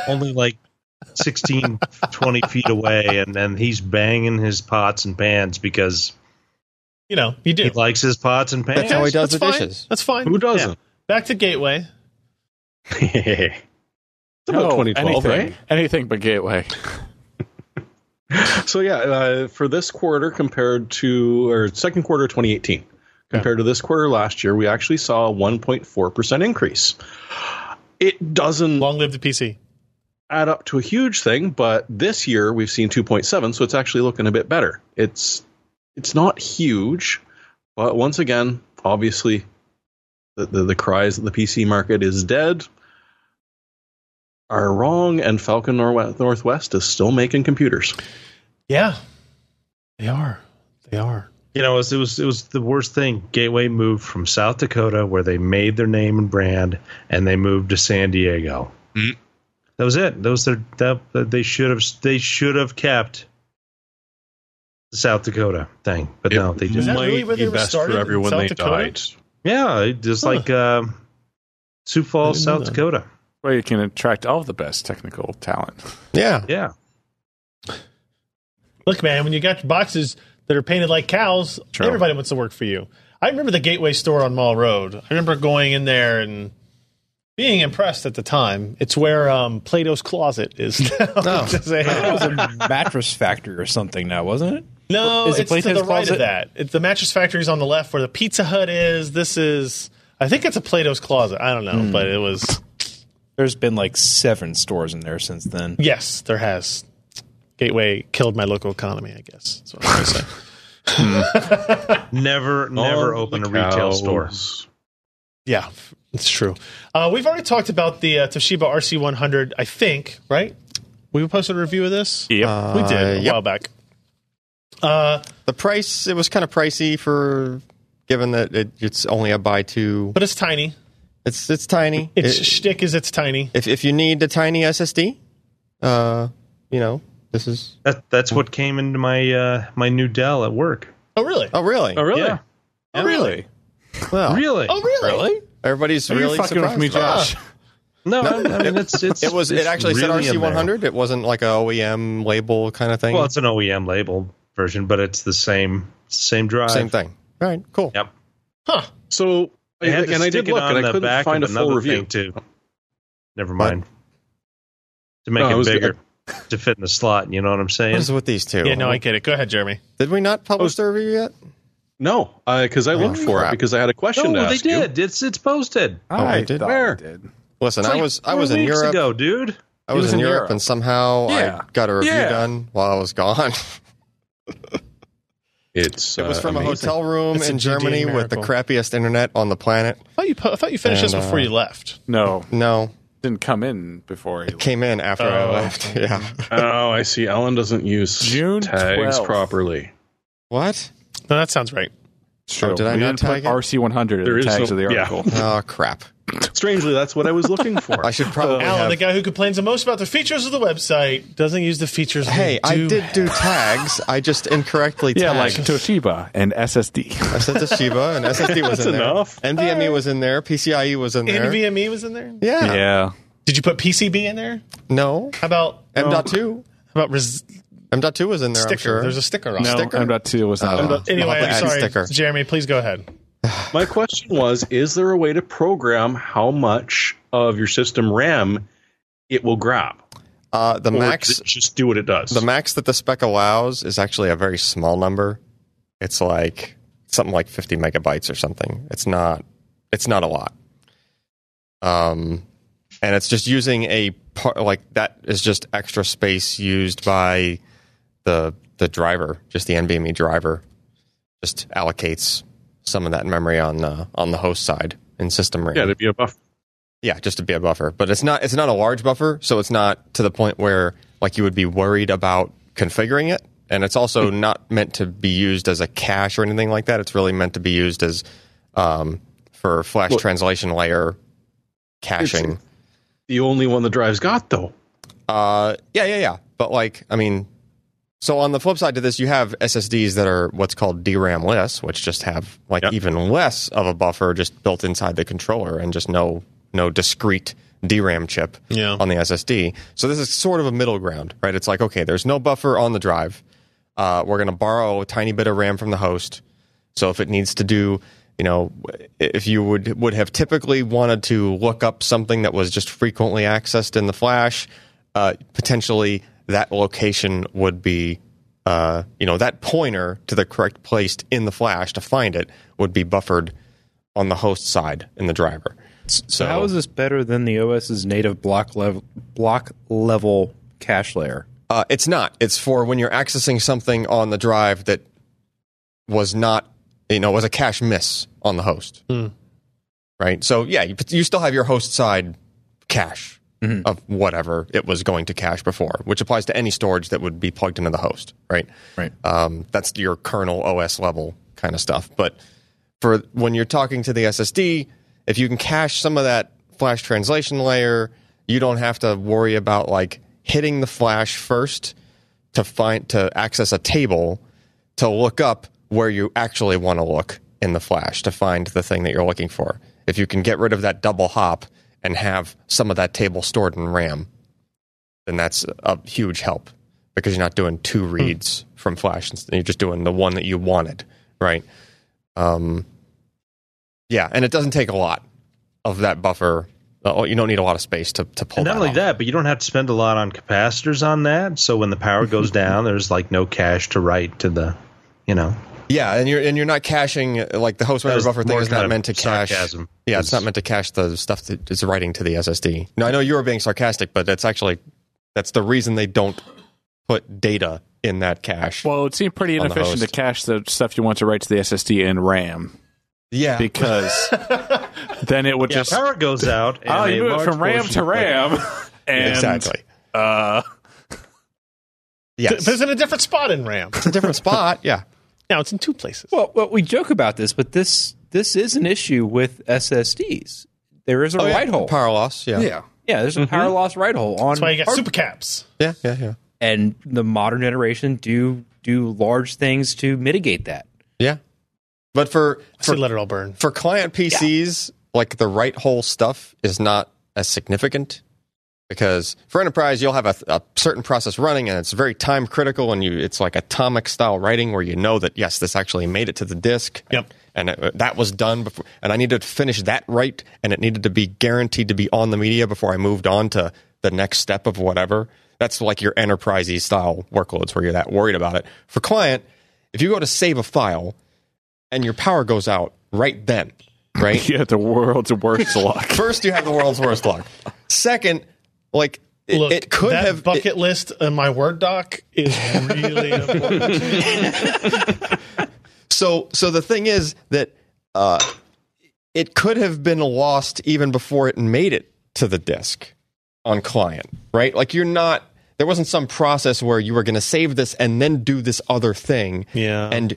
only like 16, 20 feet away, and then he's banging his pots and pans because
You know, you do.
he likes his pots and pans.
That's how he does the
fine.
dishes.
That's fine.
Who doesn't?
Back to Gateway.
it's about
No,
2012,
anything,
right?
Anything but Gateway.
So yeah, uh, for this quarter compared to or second quarter 2018 compared to this quarter last year, we actually saw a 1.4 percent increase. It doesn't
Long live the PC.
add up to a huge thing, but this year we've seen 2.7, so it's actually looking a bit better. It's it's not huge, but once again, obviously, the the, the cries that the PC market is dead are wrong, and Falcon Nor- Northwest is still making computers.
Yeah, they are. They are.
You know, it was, it was it was the worst thing. Gateway moved from South Dakota, where they made their name and brand, and they moved to San Diego.
Mm-hmm.
Mm.
That was it. That was their. That, that they should have. They should have kept the South Dakota thing, but no, they
Is
didn't.
that really where they were started, in South Dakota?
Yeah, it just
Huh.
like um, Sioux Falls,
I didn't know
South
that.
Dakota.
Where you can attract all the best technical talent.
Yeah.
Yeah,
Look, man, when you got boxes that are painted like cows,
True.
everybody wants to work for you. I remember the Gateway store on Mall Road. I remember going in there and being impressed at the time. It's where um, Plato's Closet is now. Just saying.
It was a mattress factory or something now, wasn't it?
no,
Is it
it's to the
Plato's
right of
Closet?
that. It's the mattress factory's on the left where the Pizza Hut is. This is, I think it's a Plato's Closet. I don't know,
Hmm.
but it was,
There's been like seven stores in there since then.
yes, there has. Gateway killed my local economy, I guess. That's what I'm going to say.
never, never
All
open
the
a retail
cows.
store.
Yeah, it's true. Uh, we've already talked about the uh, Toshiba RC100, I think, right? We posted a review of this?
Yep.
We did a
yep.
while back. Uh,
The price, it was kind of pricey for, given that it, it's only a buy two.
but it's tiny.
It's it's tiny.
Its
It-
shtick is it's tiny.
if if you need a tiny SSD, uh, you know this is.
That that's what came into my uh, my new Dell at work.
Oh, really?
Oh really?
Oh, really?
Yeah.
Oh, really?
Well,
Really?
Oh, really?
Everybody's
You're
really
fucking with
surprised.
me,
by that.
Josh.
No, I mean it's, it's
It was. It
it's
actually
really
said
in there.
RC100. It wasn't like a OEM label kind of thing.
Well, it's an OEM label version, but it's the same same drive.
Same thing. All right. Cool.
Yep.
Huh.
So
They had to
and I
stick
did
it
look, and
on
I
the
couldn't
back
find a
of
full
another
review.
thing, too. Never
What?
mind. To make
No, I
it
was-
bigger, to fit in the slot. You know what I'm
What
saying?
is with these two?
Yeah, no, I get it. Go ahead, Jeremy.
Did we not publish the review yet?
No, because I looked
Oh,
for
crap.
it because I had a question to
No, they
ask you.
did. It's it's posted.
Oh,
I
we did?
thought we
Where?
did.
Listen, I
Like
was I
four
was in
weeks
Europe.
ago, dude.
I was,
was
in,
in
Europe,
Europe.
and somehow
Yeah.
I got a review
Yeah.
done while I was gone.
It's
it was
uh,
from a
amazing.
hotel room
It's a
in
GD
Germany with the
miracle.
crappiest internet on the planet.
I thought you, po- I thought you finished
And,
this before
uh,
you left.
No,
No,
didn't come in before he left.
came in after I
Oh.
left. Yeah.
Oh, I see. Alan doesn't use
June
tags
12th.
properly.
What?
No, that sounds right.
True.
Oh, did I
we
not
didn't put
tag it?
RC100 in
There
the
is
tags of
no-
the
yeah.
article.
Oh crap!
Strangely, that's what I was looking for.
I should probably
Alan,
have.
the guy who complains the most about the features of the website, doesn't use the features.
hey,
we
I
do
did
have.
do tags. I just incorrectly
Yeah, like
tagged.
Toshiba and SSD.
I said to Shiba and SSD was
That's
in there.
enough.
NVMe E was in there. PCIe E was in there.
NVMe E was in there.
yeah.
yeah.
Did you put PCB in there?
No.
How about
M.2.
How about res-
M.2 was in there, I'm
sticker.
sure.
There's a sticker on
No,
it.
Sticker?
M.2 was not.
Oh.
on.
I'll have
Anyway,
to
I'm
add
sorry.
sticker.
Jeremy, please go ahead.
My question was Is there a way to program how much of your system RAM it will grab?
uh, the
Or
max
does it just do what it does.
the max that the spec allows is actually a very small number. It's like something like 50 megabytes or something. It's not it's not a lot. Um and it's just using a part like that is just extra space used by the the driver, just the NVMe driver just allocates some of that memory on the on the host side in system RAM.
yeah, it'd be a buffer.
Yeah, just to be a buffer, but it's not it's not a large buffer, so it's not to the point where like you would be worried about configuring it. And it's also
Hmm.
not meant to be used as a cache or anything like that. It's really meant to be used as um, for flash
Well-
translation layer caching.
The only one the drive's got, though.
Uh, yeah, yeah, yeah. But like, I mean, so on the flip side to this, you have SSDs that are what's called DRAM-less, which just have like
Yep.
even less of a buffer just built inside the controller and just no no discrete DRAM chip
Yeah.
on the SSD. So this is sort of a middle ground, right? It's like okay, there's no buffer on the drive. Uh, we're going to borrow a tiny bit of RAM from the host. So if it needs to do, you know, if you would would have typically wanted to look up something that was just frequently accessed in the flash, uh, potentially that location would be, uh, you know, that pointer to the correct place in the flash to find it would be buffered on the host side in the driver.
So how is this better than the OS's native block level block level cache layer?
Uh, it's not. It's for when you're accessing something on the drive that was not, you know, was a cache miss on the host. Right. So yeah, you, you still have your host side cache of whatever it was going to cache before, which applies to any storage that would be plugged into the host. Right.
Right.
Um, that's your kernel OS level kind of stuff. But for when you're talking to the SSD, if you can cache some of that flash translation layer, you don't have to worry about like hitting the flash first to find to access a table to look up where you actually want to look in the flash to find the thing that you're looking for. If you can get rid of that double hop and have some of that table stored in RAM, then that's a huge help because you're not doing two
Hmm.
reads from flash and you're just doing the one that you wanted, right? Um, yeah, and it doesn't take a lot of that buffer. Oh, you don't need a lot of space to to pull.
And not
that
only
off.
that, but you don't have to spend a lot on capacitors on that. So when the power goes down, there's like no cash to write to the, you know.
Yeah, and you're and you're not caching uh, like the host memory
was
buffer thing
more
is
kind
not
of
meant to cache.
sarcasm.
Yeah, it's
It's-
not meant to cache the stuff that is writing to the SSD. No, I know you were being sarcastic, but that's actually that's the reason they don't put data in that cache.
Well, it seemed pretty
On the
inefficient to
host.
cache the stuff you want to write to the SSD in RAM
yeah,
because then it would
Yeah,
just
power goes out. And
Ah,
oh,
a
you move it
large
from RAM
portion
to
of the-
RAM. And,
exactly.
Uh,
Yes,
But it's in a different spot in RAM.
it's a different spot. Yeah,
Now it's in two places.
Well, well, we joke about this, but this this is an issue with SSDs. There is a
Oh, yeah,
write hole.
power loss. Yeah, yeah,
yeah, there's a power loss write hole on
That's why you got
hard-
super caps.
yeah, yeah, yeah.
and the modern generation do do large things to mitigate that.
But for
I said
for
let it all burn.
for client PCs, like the right hole stuff is not as significant because for enterprise, you'll have a, a certain process running and it's very time critical and you it's like atomic style writing where you know that yes, this actually made it to the disk.
Yep.
And it, that was done before, and I needed to finish that right, and it needed to be guaranteed to be on the media before I moved on to the next step of whatever. That's like your enterprisey style workloads where you're that worried about it. For client, if you go to save a file, and your power goes out right then, right?
you have the world's worst luck.
First, you have the world's worst luck. Second, like it,
Look,
it could
that
have
bucket
it-
list in my Word doc is really important.
so so the thing is that uh, it could have been lost even before it made it to the disk on client, right? Like you're not there wasn't some process where you were going to save this and then do this other thing.
Yeah.
And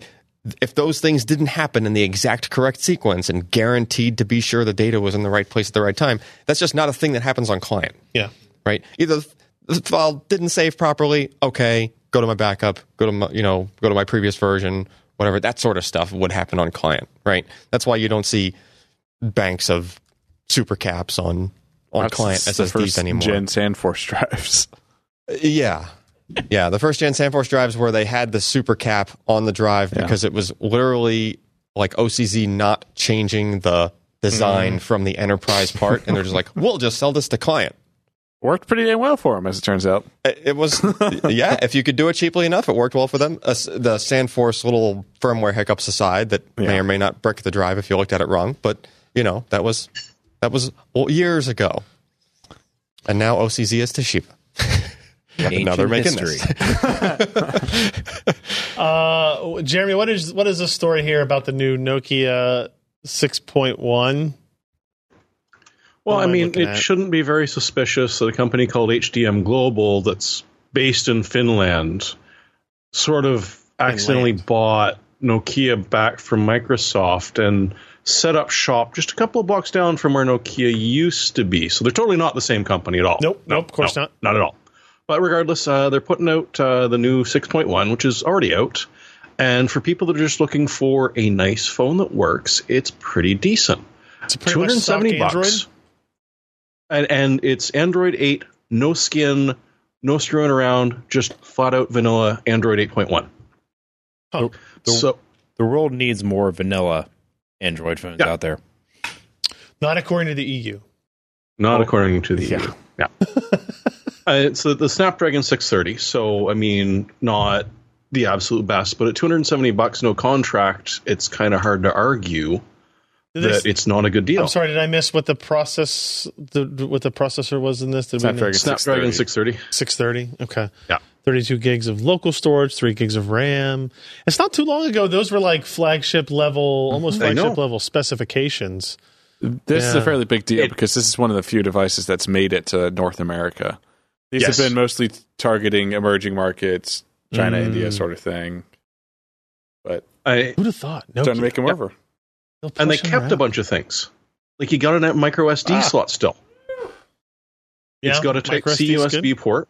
if those things didn't happen in the exact correct sequence and guaranteed to be sure the data was in the right place at the right time, that's just not a thing that happens on client.
Yeah.
right? Either the file didn't save properly. Okay, go to my backup. Go to my, you know, go to my previous version. Whatever that sort of stuff would happen on client, right? That's why you don't see banks of super caps on on client
That's the
SSDs
first
anymore.
Gen Sandforce drives.
Uh, Yeah, Yeah, the first gen Sandforce drives where they had the super cap on the drive
Yeah.
because it was literally like OCZ not changing the design
Mm.
from the enterprise part, and they're just like, we'll just sell this to client.
Worked pretty damn well for him, as it turns out.
It it was, yeah, if you could do it cheaply enough, it worked well for them. Uh, s- the Sandforce little firmware hiccups aside that may
Yeah.
or may not brick the drive if you looked at it wrong, but you know, that was that was well, years ago. And now OCZ is Toshiba. now they're
Ancient
making
history.
this.
Uh, Jeremy, what is what is the story here about the new Nokia 6.1?
Well,
What
I
am I
mean,
looking
it
at?
shouldn't be very suspicious that a company called HDM Global, that's based in Finland, sort of accidentally bought Nokia back from Microsoft and set up shop just a couple of blocks down from where Nokia used to be. So they're totally not the same company at all.
Nope, nope, of course not.
Not at all. But regardless, uh, they're putting out uh, the new 6.1, which is already out. And for people that are just looking for a nice phone that works, it's pretty decent.
It's pretty
Two
much
hundred
stock
seventy
Android.
bucks. And and it's Android eight, no skin, no screwing around, just flat out vanilla Android eight point one.
Huh.
So
The world needs more vanilla Android phones
Yeah.
out there.
Not according to the E EU. Oh.
not according to the
yeah.
EU. Yeah. uh, it's the, the Snapdragon six thirty. So I mean, not the absolute best, but at two hundred and seventy bucks, no contract, it's kind of hard to argue
Did they-
that it's not a good deal.
I'm sorry, did I miss what the process the what the processor was in this? Did we
Snapdragon.
Snapdragon six thirty.
630. Okay.
Yeah.
32 gigs of local storage, 3 gigs of RAM. It's not too long ago those were like flagship level, almost
I know.
flagship level specifications.
This is
Yeah.
a fairly big deal
It-
because this is one of the few devices that's made it to North America. These
Yes.
have been mostly targeting emerging markets, China, India, sort of thing.
I
Who'd have thought? No.
Trying to make them
Yeah.
over.
and they kept a bunch of things. Like you got an micro SD
Ah.
slot still. it's got a type C USB port,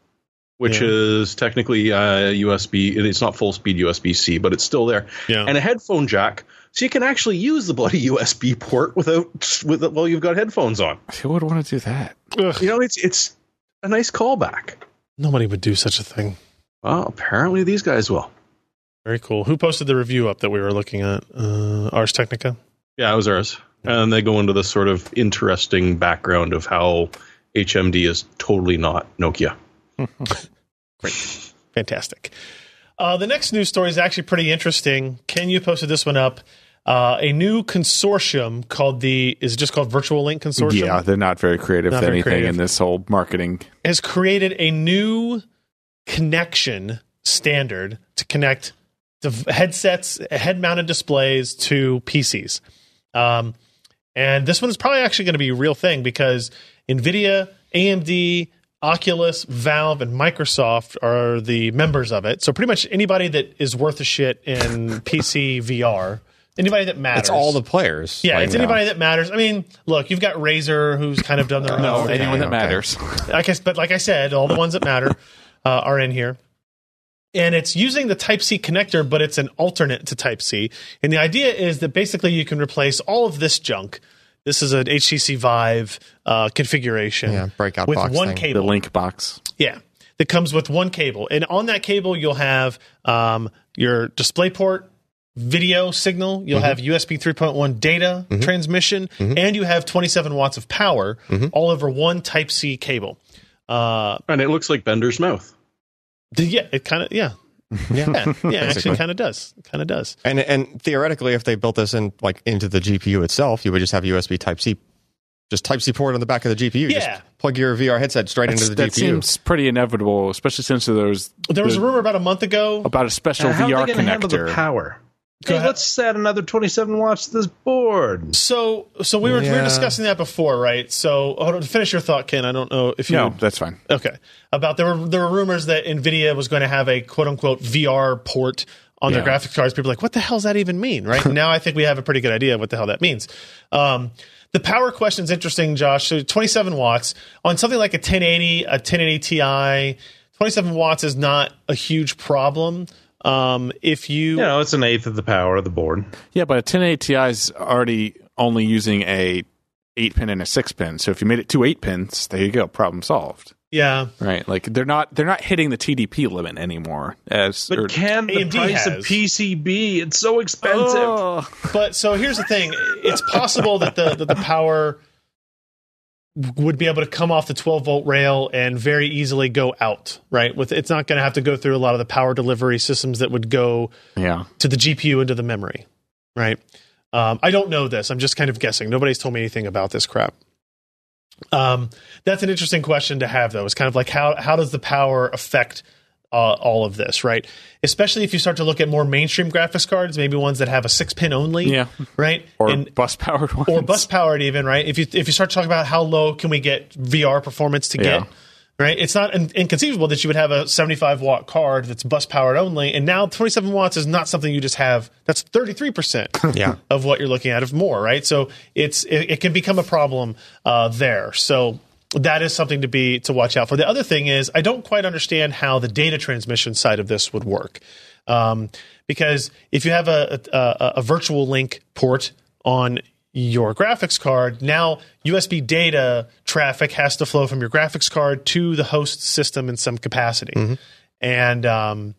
which
Yeah.
is technically uh, USB. it- It's not full speed USB C, but it's still there,
Yeah.
and a headphone jack, so you can actually use the bloody USB port without with while you've got headphones on.
Who would want to do that?
Ugh,
You know, it's it's a nice callback.
nobody would do such a thing.
Well, apparently these guys will.
Very cool. Who posted the review up that we were looking at? Uh, Ars Technica.
Yeah, it was ours, and they go into this sort of interesting background of how HMD is totally not Nokia.
Fantastic. Uh, the next news story is actually pretty interesting. Ken, you posted this one up. Uh, a new consortium called the is it just called Virtual Link Consortium.
Yeah, they're not very creative
Not
with
very
anything
creative.
in this whole marketing.
has created a new connection standard to connect the headsets, head mounted displays to PCs. Um, and this one is probably actually going to be a real thing because NVIDIA, AMD, Oculus, Valve, and Microsoft are the members of it. So pretty much anybody that is worth a shit in PC VR, anybody that matters.
It's all the players.
yeah,
Like,
it's anybody that matters. I mean, look, you've got Razer, who's kind of done their own
No,
thing.
anyone that
okay.
matters.
I guess, but like I said, all the ones that matter uh, are in here. And it's using the Type C connector, but it's an alternate to Type C. And the idea is that basically you can replace all of this junk. This is an HTC Vive uh, configuration
Yeah, breakout
with
box
one
thing.
the
cable.
link box.
Yeah, that comes with one cable, and on that cable you'll have um, your DisplayPort video signal,
Mm-hmm.
you'll have USB 3.1 data transmission, and you have 27 watts of power,
Mm-hmm.
all over one Type C cable. Uh,
And it looks like Bender's mouth.
yeah, it kind of yeah. Yeah, yeah, actually,
Basically.
kind of does, kind of does.
And and theoretically, if they built this in like into the GPU itself, you would just have USB Type C, just Type C port on the back of the GPU.
Yeah.
Just plug your VR headset straight into the
that
GPU.
seems pretty inevitable, especially since there was
There was a rumor about a month ago.
about a special
Uh, how are
VR
they going to handle the
connector.
power?
Go
Hey,
ahead.
let's add another 27 watts to this board.
So, so we were we were
Yeah.
discussing that before, right? So, hold on, finish your thought, Ken. I don't know if you
No, that's fine.
Okay. About there were there were rumors that Nvidia was going to have a quote unquote VR port on their
Yeah.
graphics cards. People are like, what the hell does that even mean? Right now, I think we have a pretty good idea of what the hell that means. Um, the power question is interesting, Josh. So 27 watts on something like a 1080, a 1080 Ti. 27 watts is not a huge problem. Um, if you
You know, it's an eighth of the power of the board.
Yeah, but a 1080 Ti is already only using a eight pin and a six pin. So if you made it two eight pins, there you go, problem solved.
Yeah,
right? Like they're not they're not hitting the TDP limit anymore. As or-
But can the
AMD
price of
has.
PCB? It's so expensive.
Oh.
but so here's the thing: it's possible that the that the power would be able to come off the 12 volt rail and very easily go out. Right, with it's not going to have to go through a lot of the power delivery systems that would go
yeah,
to the GPU into the memory. Right. Um, I don't know this. I'm just kind of guessing. Nobody's told me anything about this crap. Um, that's an interesting question to have, though. It's kind of like how how does the power affect uh, all of this, right? Especially if you start to look at more mainstream graphics cards, maybe ones that have a six pin only,
yeah,
right?
or
And-
bus powered ones,
or bus powered even right if you if you start talking about how low can we get vr performance to
Yeah.
get right it's not in, inconceivable that you would have a 75 watt card that's bus powered only and now 27 watts is not something you just have that's 33%
Yeah.
of what you're looking at of more right so it's it, it can become a problem uh, there so that is something to be to watch out for the other thing is i don't quite understand how the data transmission side of this would work um, because if you have a, a, a- a virtual link port on your graphics card, now USB data traffic has to flow from your graphics card to the host system in some capacity. And um,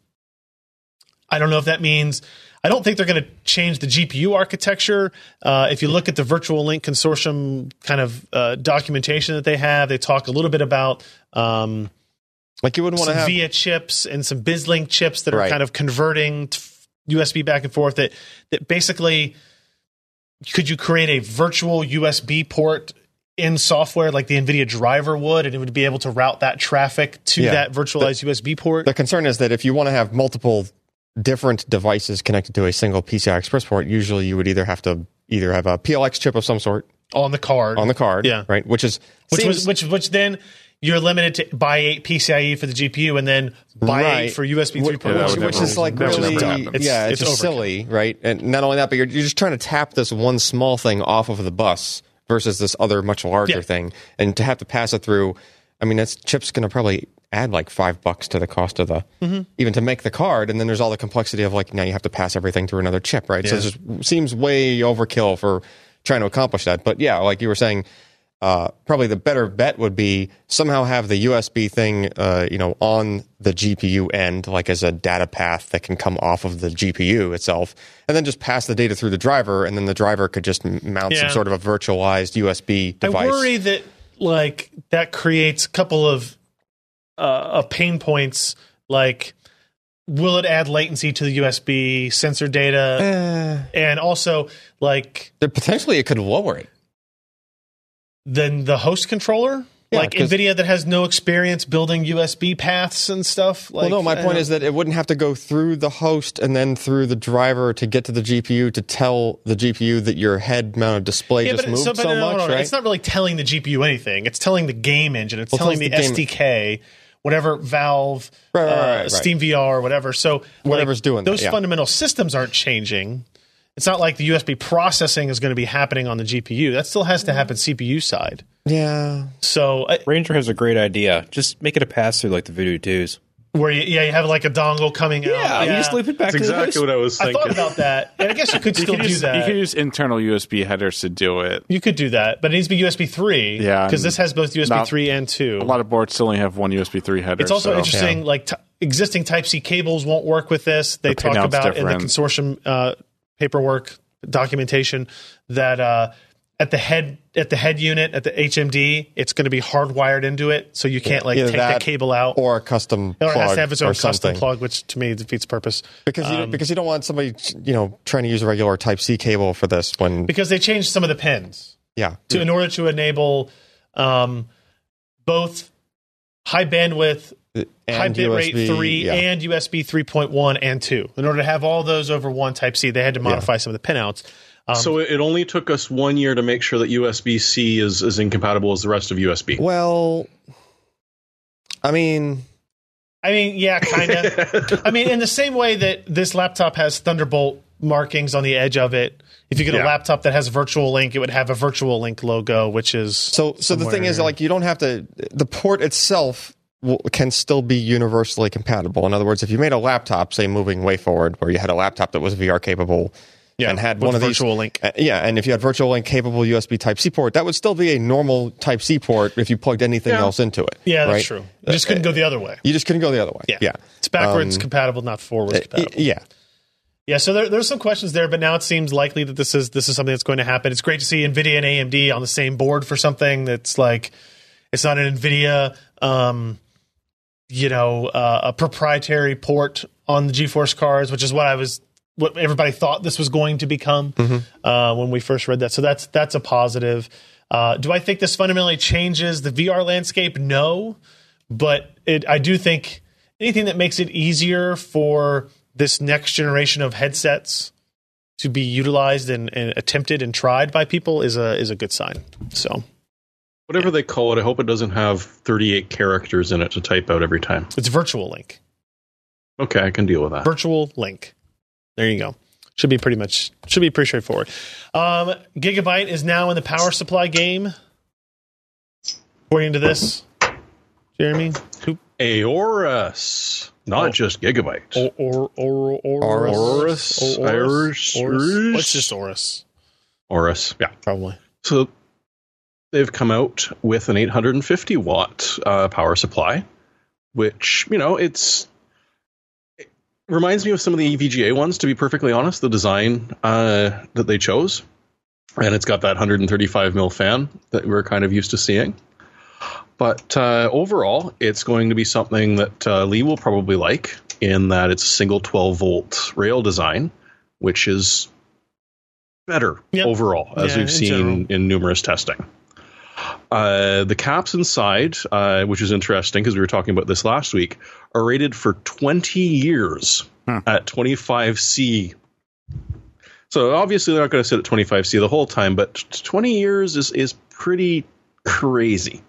I don't know if that means. I don't think they're going to change the GPU architecture. Uh, if you look at the Virtual Link Consortium kind of uh, documentation that they have, they talk a little bit about um,
Like you wouldn't want
some
to have.
VIA chips and some BizLink chips that are
Right.
kind of converting t- USB back and forth. That that basically, could you create a virtual USB port in software like the NVIDIA driver would, and it would be able to route that traffic to
Yeah.
that virtualized USB port?
the concern is that if you want to have multiple different devices connected to a single PCI Express port, usually you would either have to either have a PLX chip of some sort
on the card,
on the card,
Yeah.
right, which is
which
seems-
was which which then. You're limited to buy eight PCIe E for the GPU and then buy
Right.
eight for USB
Wh-
3.1,
Yeah, that
which,
would
which
never-
is like
that would
really,
never happen.
It's-
yeah,
it's
it's, just
overkill.
silly, right? And not only that, but you're, you're just trying to tap this one small thing off of the bus versus this other much larger
Yeah.
thing, and to have to pass it through. I mean, that's chip's going to probably add like five bucks to the cost of the
Mm-hmm.
even to make the card, and then there's all the complexity of like now you have to pass everything through another chip, right? So it just seems way overkill for trying to accomplish that. But yeah, like you were saying, uh, probably the better bet would be somehow have the USB thing, uh, you know, on the GPU end, like as a data path that can come off of the GPU itself, and then just pass the data through the driver, and then the driver could just m- mount
Yeah.
some sort of a virtualized USB device.
I worry that like that creates a couple of uh, uh, pain points. Like, will it add latency to the USB sensor data?
Eh,
And also, like,
there- potentially, it could lower it.
then the host controller,
Yeah,
like
'cause-
NVIDIA that has no experience building USB paths and stuff. Like,
well, no, my
I
point
don't-
is that it wouldn't have to go through the host and then through the driver to get to the GPU to tell the GPU that your head-mounted display
Yeah,
just
but,
moved
it's-
so,
so, but no, no,
much,
no, no.
right?
it's not really telling the GPU anything. It's telling the game engine. It's
Well, it
telling the,
tells the game-
SDK, whatever Valve,
Right, right, right,
uh,
right.
Steam VR, or whatever. So
Whatever's
like,
doing that,
those
yeah.
fundamental systems aren't changing. It's not like the USB processing is going to be happening on the GPU. That still has to happen CPU side.
yeah,
So uh,
Ranger has a great idea. Just make it a pass through like the Voodoo twos.
where you, yeah, you have like a dongle coming out.
you just loop it back
That's
to the
exactly
host.
what I was
I
thinking.
thought about that, and I guess you could
You
still
could
do
use-
that.
You could use internal USB headers to do it.
You could do that, but it needs to be USB three.
Yeah,
because
and
this has both USB
not-
three and two.
A lot of boards still only have one USB three header.
It's also
so-
interesting, like t- existing Type C cables won't work with this. They
The pinout's
talk about in the
different.
consortium uh, paperwork documentation that uh, at the head at the head unit at the HMD, it's going to be hardwired into it, so you can't like
Either
take
that
that cable out.
or a custom
Or it
plug
has to have its own
or
custom
something.
plug, Um, which to me defeats purpose.
because you, because you don't want somebody you know trying to use a regular Type C cable for this when
Because they changed some of the pins.
yeah
to, in order to enable um, both high bandwidth, high
And
bit rate
USB,
three,
yeah.
and USB 3.1 and 2. In order to have all those over one Type C, they had to modify some of the pinouts. Um,
So it it only took us one year to make sure that USB C is as incompatible as the rest of USB.
well I mean
I mean, yeah, kind of. I mean, in the same way that this laptop has Thunderbolt markings on the edge of it, if you get a
Yeah.
laptop that has Virtual Link, it would have a Virtual Link logo, which is
so so the thing is
somewhere-
like you don't have to the port itself will, can still be universally compatible in other words if you made a laptop say moving way forward where you had a laptop that was VR capable
Yeah,
and had
with
one of these
virtual link.
uh, yeah, and if you had virtual link capable USB Type C port, that would still be a normal Type C port if you plugged anything else into it.
Yeah, that's
right?
true. You just couldn't go the other way.
You just couldn't go the other way.
Yeah,
yeah,
It's backwards
Um,
compatible, not forwards
Uh, y-
compatible.
yeah.
Yeah, so there, there's some questions there, but now it seems likely that this is this is something that's going to happen. It's great to see Nvidia and AMD on the same board for something that's like it's not an Nvidia, um, you know, uh, a proprietary port on the GeForce cards, which is what I was what everybody thought this was going to become uh, when we first read that. So that's that's a positive. Uh, do I think this fundamentally changes the VR landscape? No but it, I do think anything that makes it easier for this next generation of headsets to be utilized and, and attempted and tried by people is a is a good sign. So
Whatever they call it, I hope it doesn't have 38 characters in it to type out every time.
it's virtual link,
Okay, I can deal with that.
virtual link. There you go. Should be pretty much should be pretty straightforward. Um, Gigabyte is now in the power supply game. According to this, Jeremy, Who-
Aorus, not just gigabytes.
or or or or
Aorus.
Aorus. Aorus.
Aorus. What's just Aorus?
Aorus, yeah.
Probably.
So they've come out with an 850 watt uh, power supply, which you know it's it reminds me of some of the E EVGA ones. To be perfectly honest, the design uh, that they chose, and it's got that 135 mil fan that we're kind of used to seeing. But uh, overall, it's going to be something that uh, Lee will probably like in that it's a single 12 volt rail design, which is better
Yep.
overall, as
Yeah, in
we've seen
general.
in numerous testing. Uh, the caps inside, uh, which is interesting because we were talking about this last week, are rated for 20 years
Hmm.
at 25C. So obviously they're not going to sit at 25C the whole time, but 20 years is is pretty crazy.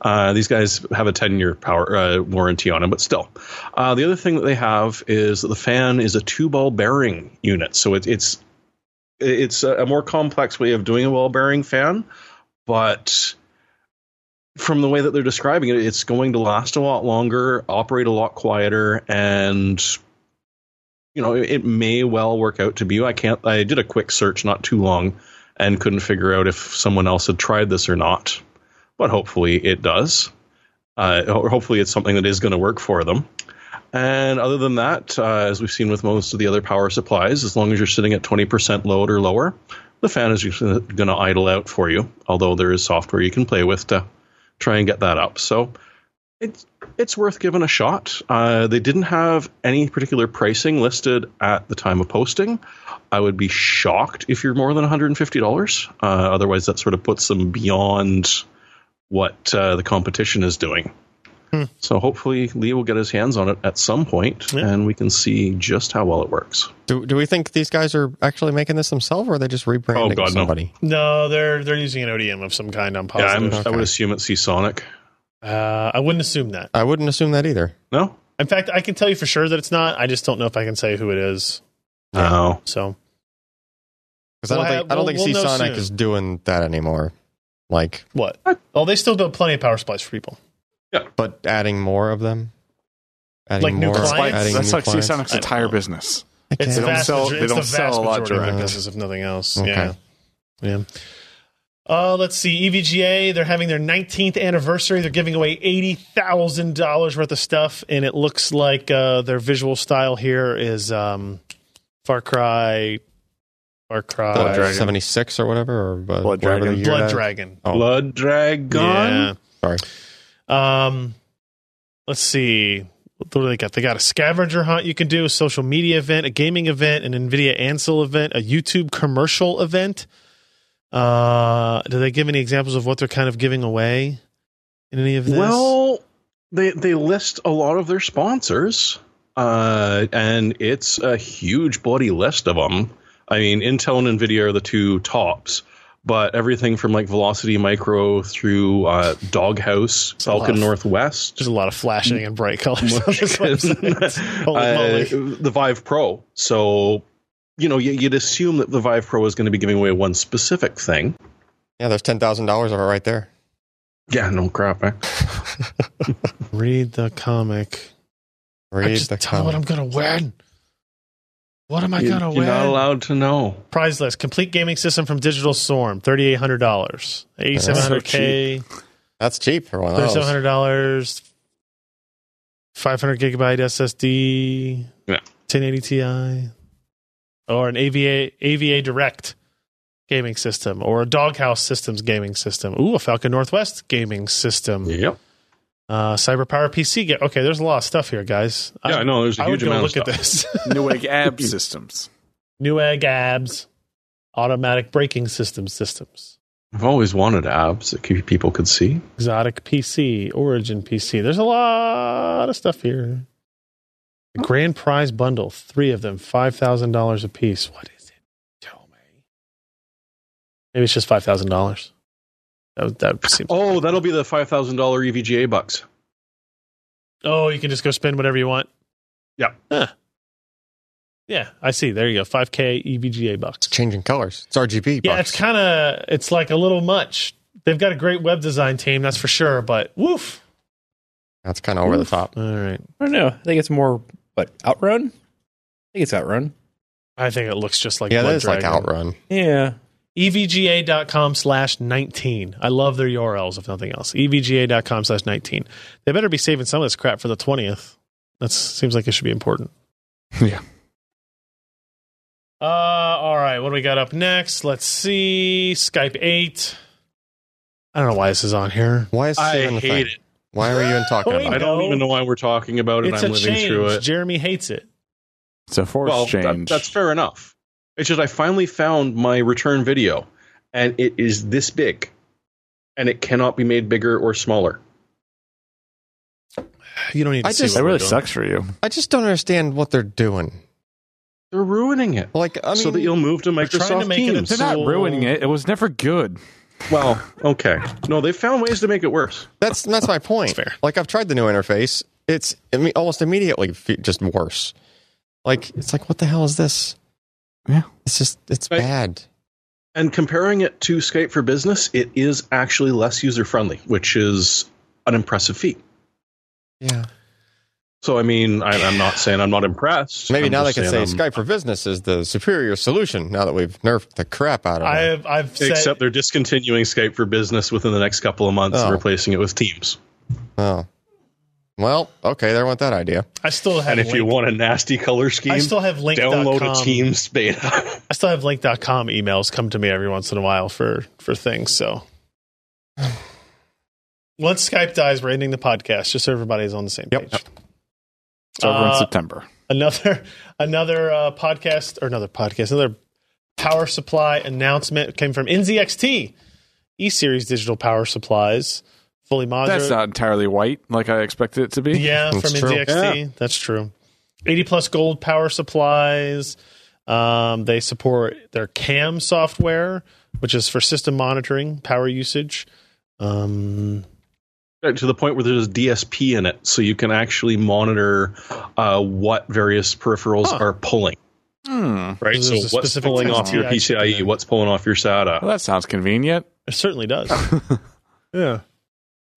Uh, these guys have a 10 year power uh, warranty on them, but still. Uh, the other thing that they have is that the fan is a two ball bearing unit, so it, it's it's a a more complex way of doing a ball bearing fan, but from the way that they're describing it, it's going to last a lot longer, operate a lot quieter, and you know it, it may well work out to be. I can't. I did a quick search not too long and couldn't figure out if someone else had tried this or not, but hopefully it does. Uh, ho- hopefully it's something that is going to work for them. And other than that, uh, as we've seen with most of the other power supplies, as long as you're sitting at 20% load or lower, the fan is going to idle out for you. Although there is software you can play with to try and get that up. So it's it's worth giving a shot. Uh, they didn't have any particular pricing listed at the time of posting. I would be shocked if you're more than $150. Uh, otherwise, that sort of puts them beyond what uh, the competition is doing.
Hmm.
So hopefully Lee will get his hands on it at some point,
Yeah.
and we can see just how well it works.
Do, do we think these guys are actually making this themselves, or are they just rebranding
Oh, God, no.
somebody?
No, they're they're using an ODM of some kind. I'm
Yeah, I'm,
positive.
I would assume it's Sonic.
uh, I wouldn't assume that.
I wouldn't assume that either.
No,
In fact, I can tell you for sure that it's not. I just don't know if I can say who it is.
no.
So
Because
Well,
I don't
I-
think I don't
we'll-
think
we'll know
Sonic
soon.
is doing that anymore. Like,
what? Oh, they still build plenty of power supplies for people.
but adding more of them, adding
Like new
more,
That's like,
Clients?
adding
that's
new
like
clients?
Sonic's
I
entire
don't know.
business.
It's
Okay.
the
don't
vast,
sell-
major- it's
they
the
don't
vast
sell a
majority
lot
of
during
our
this.
business, if nothing else.
Okay.
Yeah, yeah. Uh, let's see. EVGA, they're having their 19th anniversary. They're giving away $80,000 worth of stuff. And it looks like uh, their visual style here is um, Far Cry, Far Cry,
Blood
Oh, Dragon.
seventy six or whatever, or uh,
Blood
whatever
Dragon.
the year
Blood
that-
Dragon.
Oh.
Blood Dragon.
Sorry.
Um, let's see. What do they got? They got a scavenger hunt you can do, a social media event, a gaming event, an NVIDIA Ansel event, a YouTube commercial event. Uh, do they give any examples of what they're kind of giving away in any of this?
Well, they they list a lot of their sponsors, uh, and it's a huge bloody list of them. I mean, Intel and Nvidia are the two tops, but everything from like Velocity Micro through uh, Doghouse,
a lot
Falcon
of-
Northwest,
there's a lot of flashing and bright colors on this website. Holy
Uh,
moly.
the Vive Pro. So, you know, you- you'd assume that the Vive Pro is going to be giving away one specific thing.
Yeah, there's ten thousand dollars of it right there.
Yeah, no crap. eh?
Read the comic. I
Read
just
the
tell what I'm
comment.
gonna win. What am I
You-
gonna
you're
win?
not allowed to know.
Prize list: complete gaming system from Digital Storm, thirty eight hundred dollars, eighty seven hundred k,
That's cheap for one of
thirty
those.
seven hundred dollars, five hundred gigabyte SSD,
Yeah.
ten eighty Ti, or an AVA AVA Direct gaming system, or a Doghouse Systems gaming system. Ooh, a Falcon Northwest gaming system.
Yep.
Uh, CyberPower PC. Ga- okay, there's a lot of stuff here, guys.
Yeah, I know. There's a
I would
huge
go
amount
look
of stuff.
at this.
Newegg Ab Systems.
Newegg abs, automatic braking system systems,
I've always wanted abs that c- people could see.
exotic PC, Origin PC. There's a lot of stuff here. The grand prize bundle, three of them, five thousand dollars a piece. What is it? Tell me. Maybe it's just five thousand dollars. That would- that seems.
Oh, that'll be the five thousand dollar E EVGA bucks.
Oh, you can just go spend whatever you want.
Yeah.
Huh. Yeah, I see. There you go. Five K E EVGA bucks.
It's changing colors. It's RGB.
Yeah,
bucks.
it's kind of it's like a little much. They've got a great web design team, that's for sure. But woof.
That's kind of over the
Oof.
top.
All right,
I don't know. I think it's more what Outrun. I think it's Outrun.
I think it looks just like
yeah,
Blood
that is like
Dragon.
Outrun.
Yeah.
E evga.com slash 19 i love their urls if nothing else E evga.com slash 19 they better be saving some of this crap for the 20th that seems like it should be important
Yeah.
uh all right what do we got up next let's see skype 8 i don't know why this is on here
Why is this
I
even a
hate
thing?
it.
Why are you even talking
Wait.
about
I
it?
don't
No.
even know why we're talking about it.
it's
I'm
a
living
change
through it.
jeremy hates it
It's a force
Well, that-
change.
that's fair enough. It's just I finally found my return video, and it is this big, and it cannot be made bigger or smaller.
you don't need to
I
see
just-
what
that
we're
really
doing.
sucks for you.
I just don't understand what they're doing.
They're ruining it.
Like, I mean,
so that you'll move to
trying to
Microsoft
make it a
Teams.
They're not ruining it. It was never good.
well, okay. No, they found ways to make it worse.
that's that's my point.
That's fair.
Like, I've tried the new interface. It's I mean, almost immediately f- just worse. Like, it's like, what the hell is this?
Yeah.
it's just it's
Right.
bad.
And comparing it to Skype for Business, it is actually less user friendly, which is an impressive feat.
Yeah.
So, I mean, I, I'm not saying I'm not impressed.
Maybe
I'm
now they
just
can say
saying I'm-
um,
Skype for Business is the superior solution. Now that we've nerfed the crap out of
I've,
it.
I've said
Except they're discontinuing Skype for Business within the next couple of months
Oh.
and replacing it with Teams.
Oh. Well, okay, there went that idea.
I still have
And if you
link.
want a nasty color scheme,
I still have link.
download a Teams beta.
I still have link.com emails come to me every once in a while for for things. So once Skype dies, we're ending the podcast just so everybody's on the same
Yep.
page.
It's over
Uh,
in September.
Another another uh, podcast or another podcast, another power supply announcement came from NZXT E Series Digital Power Supplies, fully modular.
That's not entirely white like I expected it to be.
Yeah,
That's
from
true.
NZXT. That's true. 80 plus gold power supplies. Um, they support their CAM software, which is for system monitoring, power usage. Um,
to the point where there's DSP in it, so you can actually monitor uh, what various peripherals
Huh.
are pulling.
Hmm.
Right,
There's
so
a
what's
specific
pulling off your
TCP chip in
PCIe?
there.
E? What's pulling off your SATA?
Well, that sounds convenient.
it certainly does. yeah.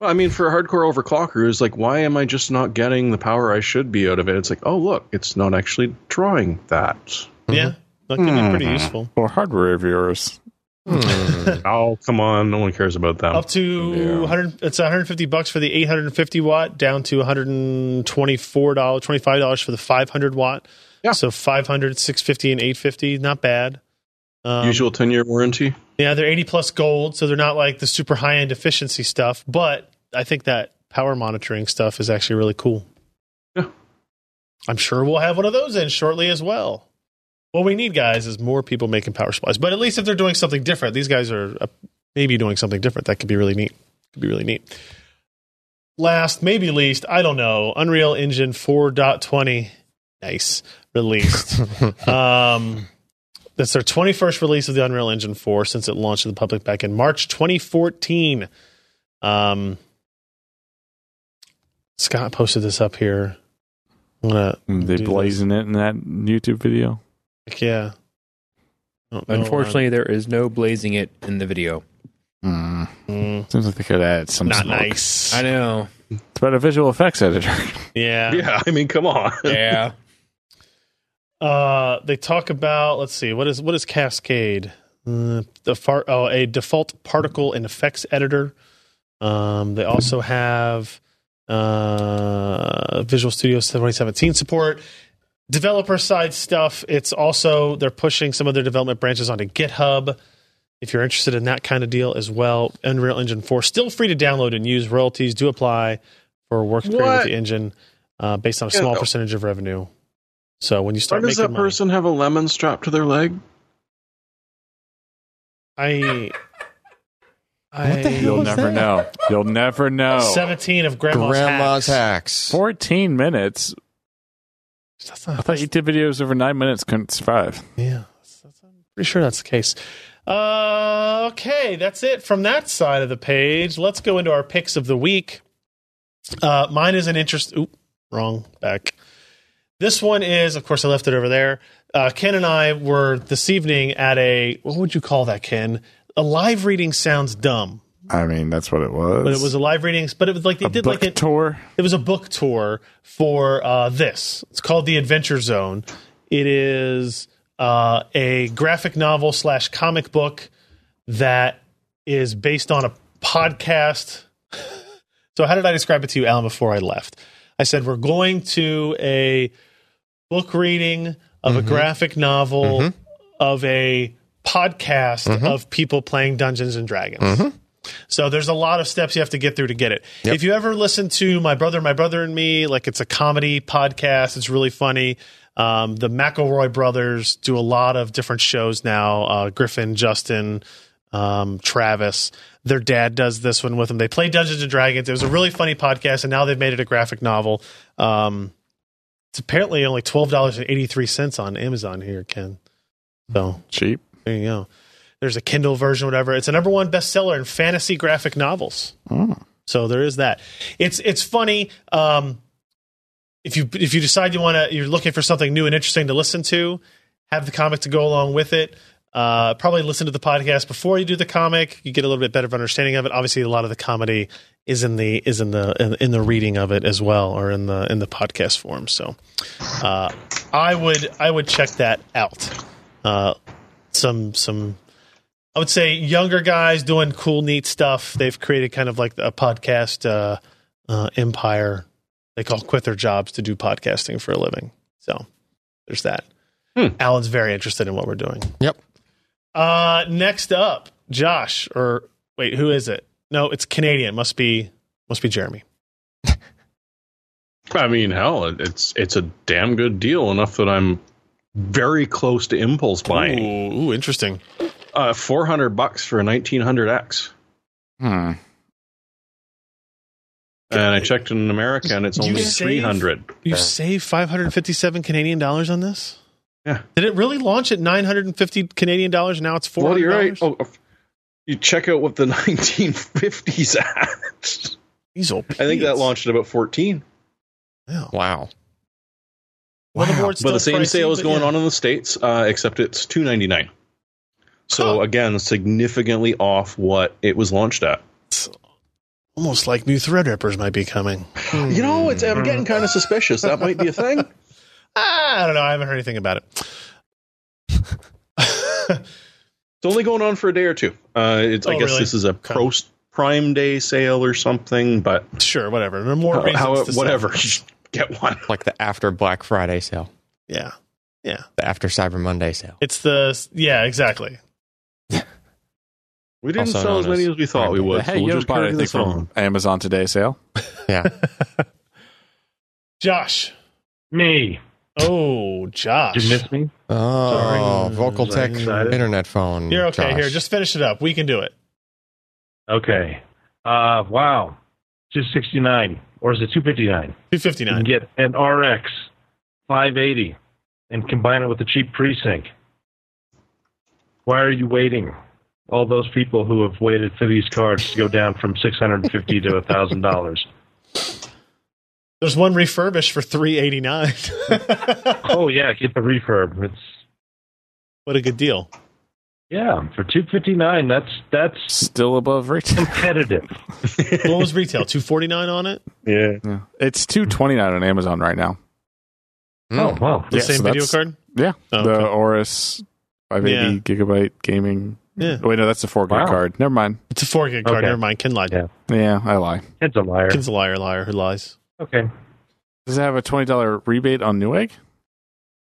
Well, I mean, for a hardcore overclockers, like, why am I just not getting the power I should be out of it? It's like, oh look, it's not actually drawing that.
Yeah. That could be pretty
Mhm.
useful.
Or hardware reviewers.
Hmm.
Oh come on, no one cares about them.
Up to
Yeah.
100, it's 150 bucks for the 850 watt, down to 124 dollars, 25 dollars for the 500 watt.
Yeah.
So 500, 650, and 850, not bad. Um,
Usual ten year warranty.
Yeah, they're 80 plus gold, so they're not like the super high end efficiency stuff, but I think that power monitoring stuff is actually really cool.
Yeah.
I'm sure we'll have one of those in shortly as well. What we need, guys, is more people making power supplies. But at least if they're doing something different, these guys are uh, maybe doing something different. That could be really neat. Could be really neat. Last, maybe least, I don't know. Unreal Engine 4.20, nice released. um, that's their 21st release of the Unreal Engine 4 since it launched to the public back in March 2014. Um, Scott posted this up here. I'm gonna,
mm, They
do this.
blazing it in that YouTube video.
like, yeah. I don't know why.
Unfortunately, there is no blazing it in the video.
Mm.
Mm,
Seems like they could add some.
not
smoke.
nice.
I know.
It's about a visual effects editor.
yeah.
Yeah, I mean, come on.
Yeah.
Uh, they talk about let's see what is what is Cascade? Uh, the far, oh a default particle and effects editor. Um, they also have uh, Visual Studio 2017 support. Developer side stuff. It's also they're pushing some of their development branches onto GitHub. If you're interested in that kind of deal as well, Unreal Engine 4 still free to download and use. Royalties do apply for work created with
What?
the engine uh, based on a
Yeah,
small
no.
percentage of revenue. So when you
Why
start
does
making
that
money,
person have a lemon strapped to their leg?
I, I
What the hell
You'll
was
never
that?
know. You'll never know.
Seventeen of grandma's,
Grandma's
hacks.
hacks.
14 minutes.
That's
I
not,
thought YouTube videos over nine minutes couldn't survive.
yeah, that's, that's, I'm pretty sure that's the case. Uh, okay, that's it from that side of the page. Let's go into our picks of the week. Uh, mine is an interest. Oop, wrong back. This one is, of course, I left it over there. Uh, Ken and I were this evening at a what would you call that, Ken? A live reading sounds dumb,
I mean, that's what it was.
but it was a live reading. But it was like they
a
did
book
like an
tour.
it was a book tour for uh, this. It's called The Adventure Zone. It is uh, a graphic novel slash comic book that is based on a podcast. So, how did I describe it to you, Alan, before I left? I said, We're going to a book reading of a graphic novel of a podcast of people playing Dungeons and Dragons. So there's a lot of steps you have to get through to get it. If you ever listen to my brother, my brother and me, like it's a comedy podcast. It's really funny. Um, the McElroy brothers do a lot of different shows now. Uh, Griffin, Justin, um, Travis. Their dad does this one with them. They play Dungeons and Dragons. It was a really funny podcast, and now they've made it a graphic novel. Um, it's apparently only twelve dollars and eighty three cents on Amazon here, Ken. So
Cheap.
there you go. There's a Kindle version, whatever. It's a number one bestseller in fantasy graphic novels. So there is that. It's it's funny. Um, if you if you decide you want to, you're looking for something new and interesting to listen to, have the comic to go along with it. Uh, probably listen to the podcast before you do the comic. You get a little bit better of understanding of it. Obviously, a lot of the comedy is in the is in the in, in the reading of it as well, or in the in the podcast form. So, uh, I would I would check that out. Uh, some some I would say younger guys doing cool, neat stuff. They've created kind of like a podcast uh, uh, empire. They call quit their jobs to do podcasting for a living. So there's that.
Hmm.
Alan's very interested in what we're doing.
Yep.
Uh, next up, Josh or wait, who is it? No, it's Canadian. Must be must be Jeremy.
I mean, hell, it- it's it's a damn good deal enough that I'm very close to impulse buying.
Ooh, ooh, interesting.
Uh, Four hundred bucks for a nineteen hundred X,
Hmm.
and I checked in America, and it's
You
only
saved-
three hundred.
You saved 557 Canadian dollars on this?
Yeah.
Did it really launch at 950 Canadian dollars and now it's 400?
Well, you're right. Oh, uh, you check out what the nineteen fifties are.
These old
Oh. I think that
peats.
launched at about fourteen.
Wow.
Wow.
Motherboard's
But
still
the same
pricey,
sale is
but
going
yeah.
on in the states, uh, except it's two ninety nine. So
Huh.
again, significantly off what it was launched at.
Almost like new Threadrippers might be coming.
You know, it's I'm getting kind of suspicious. That might be a thing.
Ah, I don't know. I haven't heard anything about it.
It's only going on for a day or two. Uh, it's, I
Oh,
guess
really?
this is a pro Prime Day sale or something, but
sure, whatever. There are more
how,
reasons
how-
to sell.
whatever. Just Get one.
Like the after Black Friday sale,
Yeah.
the after Cyber Monday sale.
It's the yeah, exactly.
We didn't
Also
sell as
known as
many as we thought we
Prime Day.
would.
hey,
so
you
we'll
just
just
bought
carry
anything
this
from
on.
Amazon today sale?
Yeah.
Josh.
Me.
Oh, Josh.
Did you miss me?
Oh, Vocal Tech
excited.
internet phone.
You're okay.
Josh.
Here, just finish it up. We can do it.
Okay. Uh, wow. Just 69. Or is it 259?
Two
You can get an RX 580 and combine it with a cheap precinct. Why are you waiting? All those people who have waited for these cards to go down from 650 to $1,000.
Mm-hmm.
There's one refurbished for three eighty nine.
Oh, yeah, get the refurb. It's
what a good deal.
yeah, for 259, that's that's
Still above retail.
competitive.
What was retail? Two forty nine on it.
yeah. It's two twenty nine on Amazon right now.
Mm.
Oh, wow.
The
Yeah,
same
so
video
that's-
card.
Yeah,
Oh,
the
okay.
Oris 580
Yeah.
gigabyte gaming.
Yeah.
Wait, no, that's a four gig
Wow.
card. Never mind.
It's a four gig card.
Okay.
Never mind. Ken lied.
Yeah.
Yeah, I lie.
Ken's a liar.
Ken's a liar, liar who lies.
Okay,
Does it have a twenty dollar rebate on Newegg?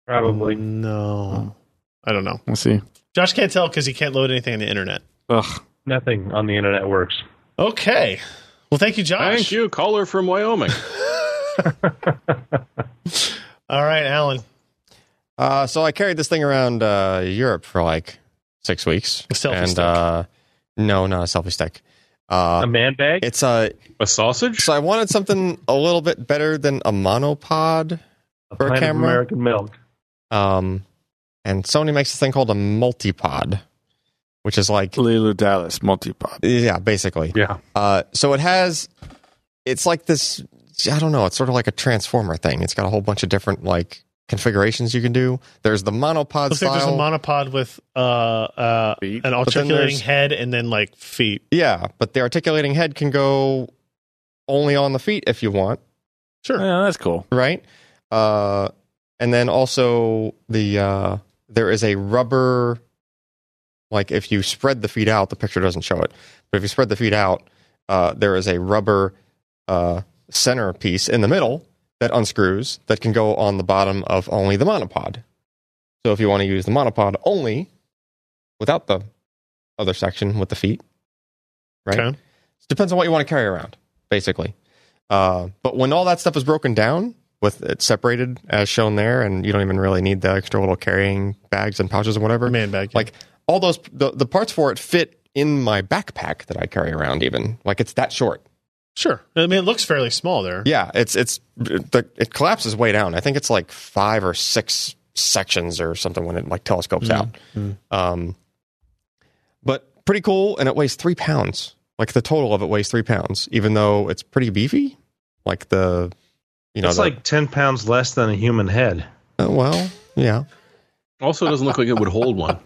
probably.
Oh, No. I don't know.
Let's see.
Josh can't tell because he can't load anything on the internet.
Ugh.
Nothing on the internet works.
Okay. Well, thank you, Josh.
Thank you, caller from Wyoming.
All right, Alan.
Uh, so I carried this thing around uh, Europe for like six weeks.
A selfie
and,
stick. Um,
Uh, no, not a selfie stick. Uh,
a man bag?
it's a
A sausage?
so I wanted something a little bit better than a monopod,
a
for a
pint
camera?
of American milk.
um, and Sony makes this thing called a multipod, which is like
Lulu Dallas multipod.
yeah, basically.
Yeah.
Uh, so it has, it's like this. I don't know. It's sort of like a transformer thing. It's got a whole bunch of different like configurations you can do. There's the monopod
Looks
style.
like there's a monopod with uh, uh,
Feet.
an
then
articulating
there's-
head and then like feet.
yeah, but the articulating head can go only on the feet if you want,
Sure.
Yeah, that's cool.
right? Uh, and then also the uh, there is a rubber. Like if you spread the feet out, the picture doesn't show it. But if you spread the feet out, uh, there is a rubber uh, centerpiece in the middle that unscrews that can go on the bottom of only the monopod. So if you want to use the monopod only, without the other section with the feet, right?
Okay.
It depends on what you want to carry around, basically. Uh, but when all that stuff is broken down, with it separated as shown there, and you don't even really need the extra little carrying bags and pouches and whatever,
Man bag.
like all those the, the parts for it fit in my backpack that I carry around. Even like it's that short.
Sure. I mean, it looks fairly small there.
Yeah, it's it's the, it collapses way down. I think it's like five or six sections or something when it like
Mm.
telescopes out. Um, but pretty cool, and it weighs three pounds. Like the total of it weighs three pounds, even though it's pretty beefy. Like the, you know,
It's
the-
like ten pounds less than a human head.
uh, well, yeah.
Also, doesn't look like it would hold one.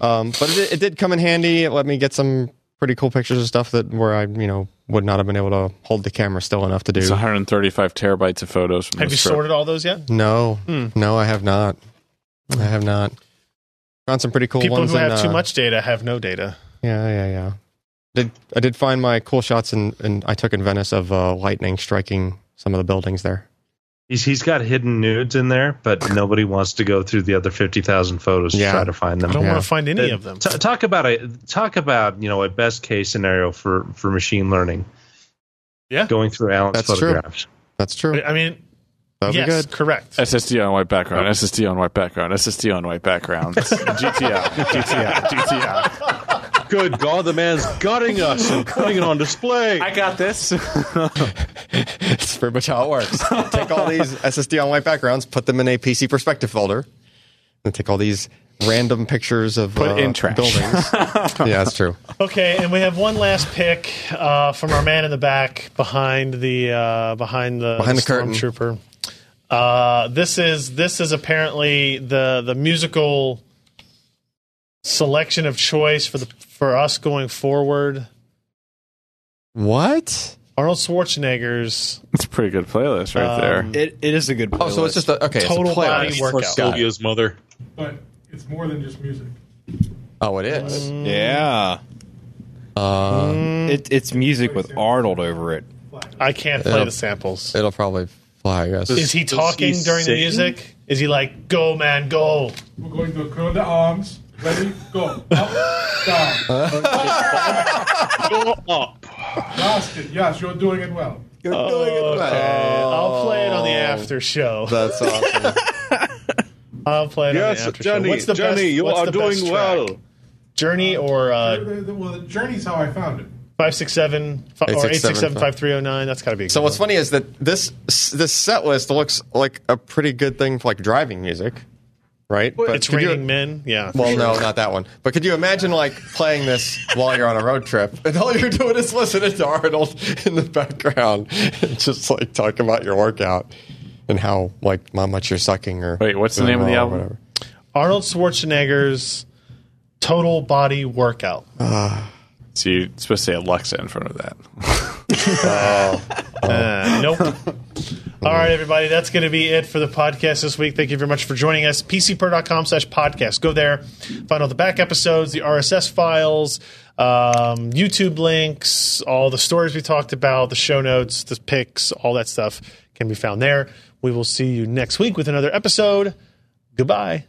Um, but it, it did come in handy. It let me get some pretty cool pictures of stuff that where I, you know, would not have been able to hold the camera still enough to do.
It's 135 terabytes of photos. From
Have
this
you
trip.
sorted all those yet?
No,
Hmm.
no, I have not. I have not. Found some pretty cool
People
ones.
who
in,
have too
uh,
much data have no data.
Yeah, yeah, yeah. Did I did find my cool shots and and I took in Venice of uh, lightning striking some of the buildings there.
He's he's got hidden nudes in there, but nobody wants to go through the other fifty thousand photos
Yeah.
to try to find
I
them.
don't
Yeah.
want to find any
Uh,
of them.
T- talk about a talk about you know a best case scenario for for machine learning.
Yeah.
going through Alan's
That's true.
photographs.
That's true.
I mean,
That'd
Oh, yes,
be good.
correct.
SSD on white background, SSD on white background, SSD on white background, GTI, GTI, GTI.
Good God, the man's gutting us and putting it on display.
I got this.
That's pretty much how it works. take all these SSD on white backgrounds, put them in a PC perspective folder, and take all these random pictures of
Put
uh,
in trash.
buildings. yeah, that's true.
Okay, and we have one last pick uh, from our man in the back behind the uh, behind the,
Behind the curtain.
stormtrooper. Uh, this is this is apparently the the musical selection of choice for the for us going forward.
What?
Arnold Schwarzenegger's
It's a pretty good playlist right
Um,
there.
It, it is a good.
Oh, so it's just a, okay.
total
it's a playlist.
body
For
workout.
Sylvia's mother.
but it's more than just music.
Oh, it is.
yeah.
Uh,
It, it's music with Arnold over it.
I can't play
Yeah.
the samples.
It'll probably fly, I guess.
Is he
Does he
talking during
sing?
the music? Is he like, "Go man, go"?
We're going to curl the arms. Ready? Go. Up, down.
Go up.
Bastard. Yes, you're doing it well.
You're doing it
Uh, I'll play it on the
Oh.
after show.
Oh, That's awesome.
I'll play it on the
Yes,
after show.
Johnny,
What's the best-
Johnny, you
what's
are
the best track?
doing well.
Journey or uh,
The- the- Well, the journey's how I found it.
567 fi- or
867,
867-5309. oh, That's got to be. a
So
good
what's
one.
funny is that this this set list looks like a pretty good thing for like driving music, right? But
It's
could you-
raining men. Yeah.
Well, no, not that one. But could you imagine like playing this while you're on a road trip and all you're doing is listening to Arnold in the background, and just like talking about your workout and how like how much you're sucking or
Wait, what's the name of the
or
album?
whatever.
Arnold Schwarzenegger's total body workout.
So you're supposed to say Alexa in front of that.
Uh, nope. All right, everybody, that's going to be it for the podcast this week. Thank you very much for joining us. PCPer.com slash podcast. Go there, find all the back episodes, the RSS files, um, YouTube links, all the stories we talked about, the show notes, the pics, all that stuff can be found there. We will see you next week with another episode. Goodbye.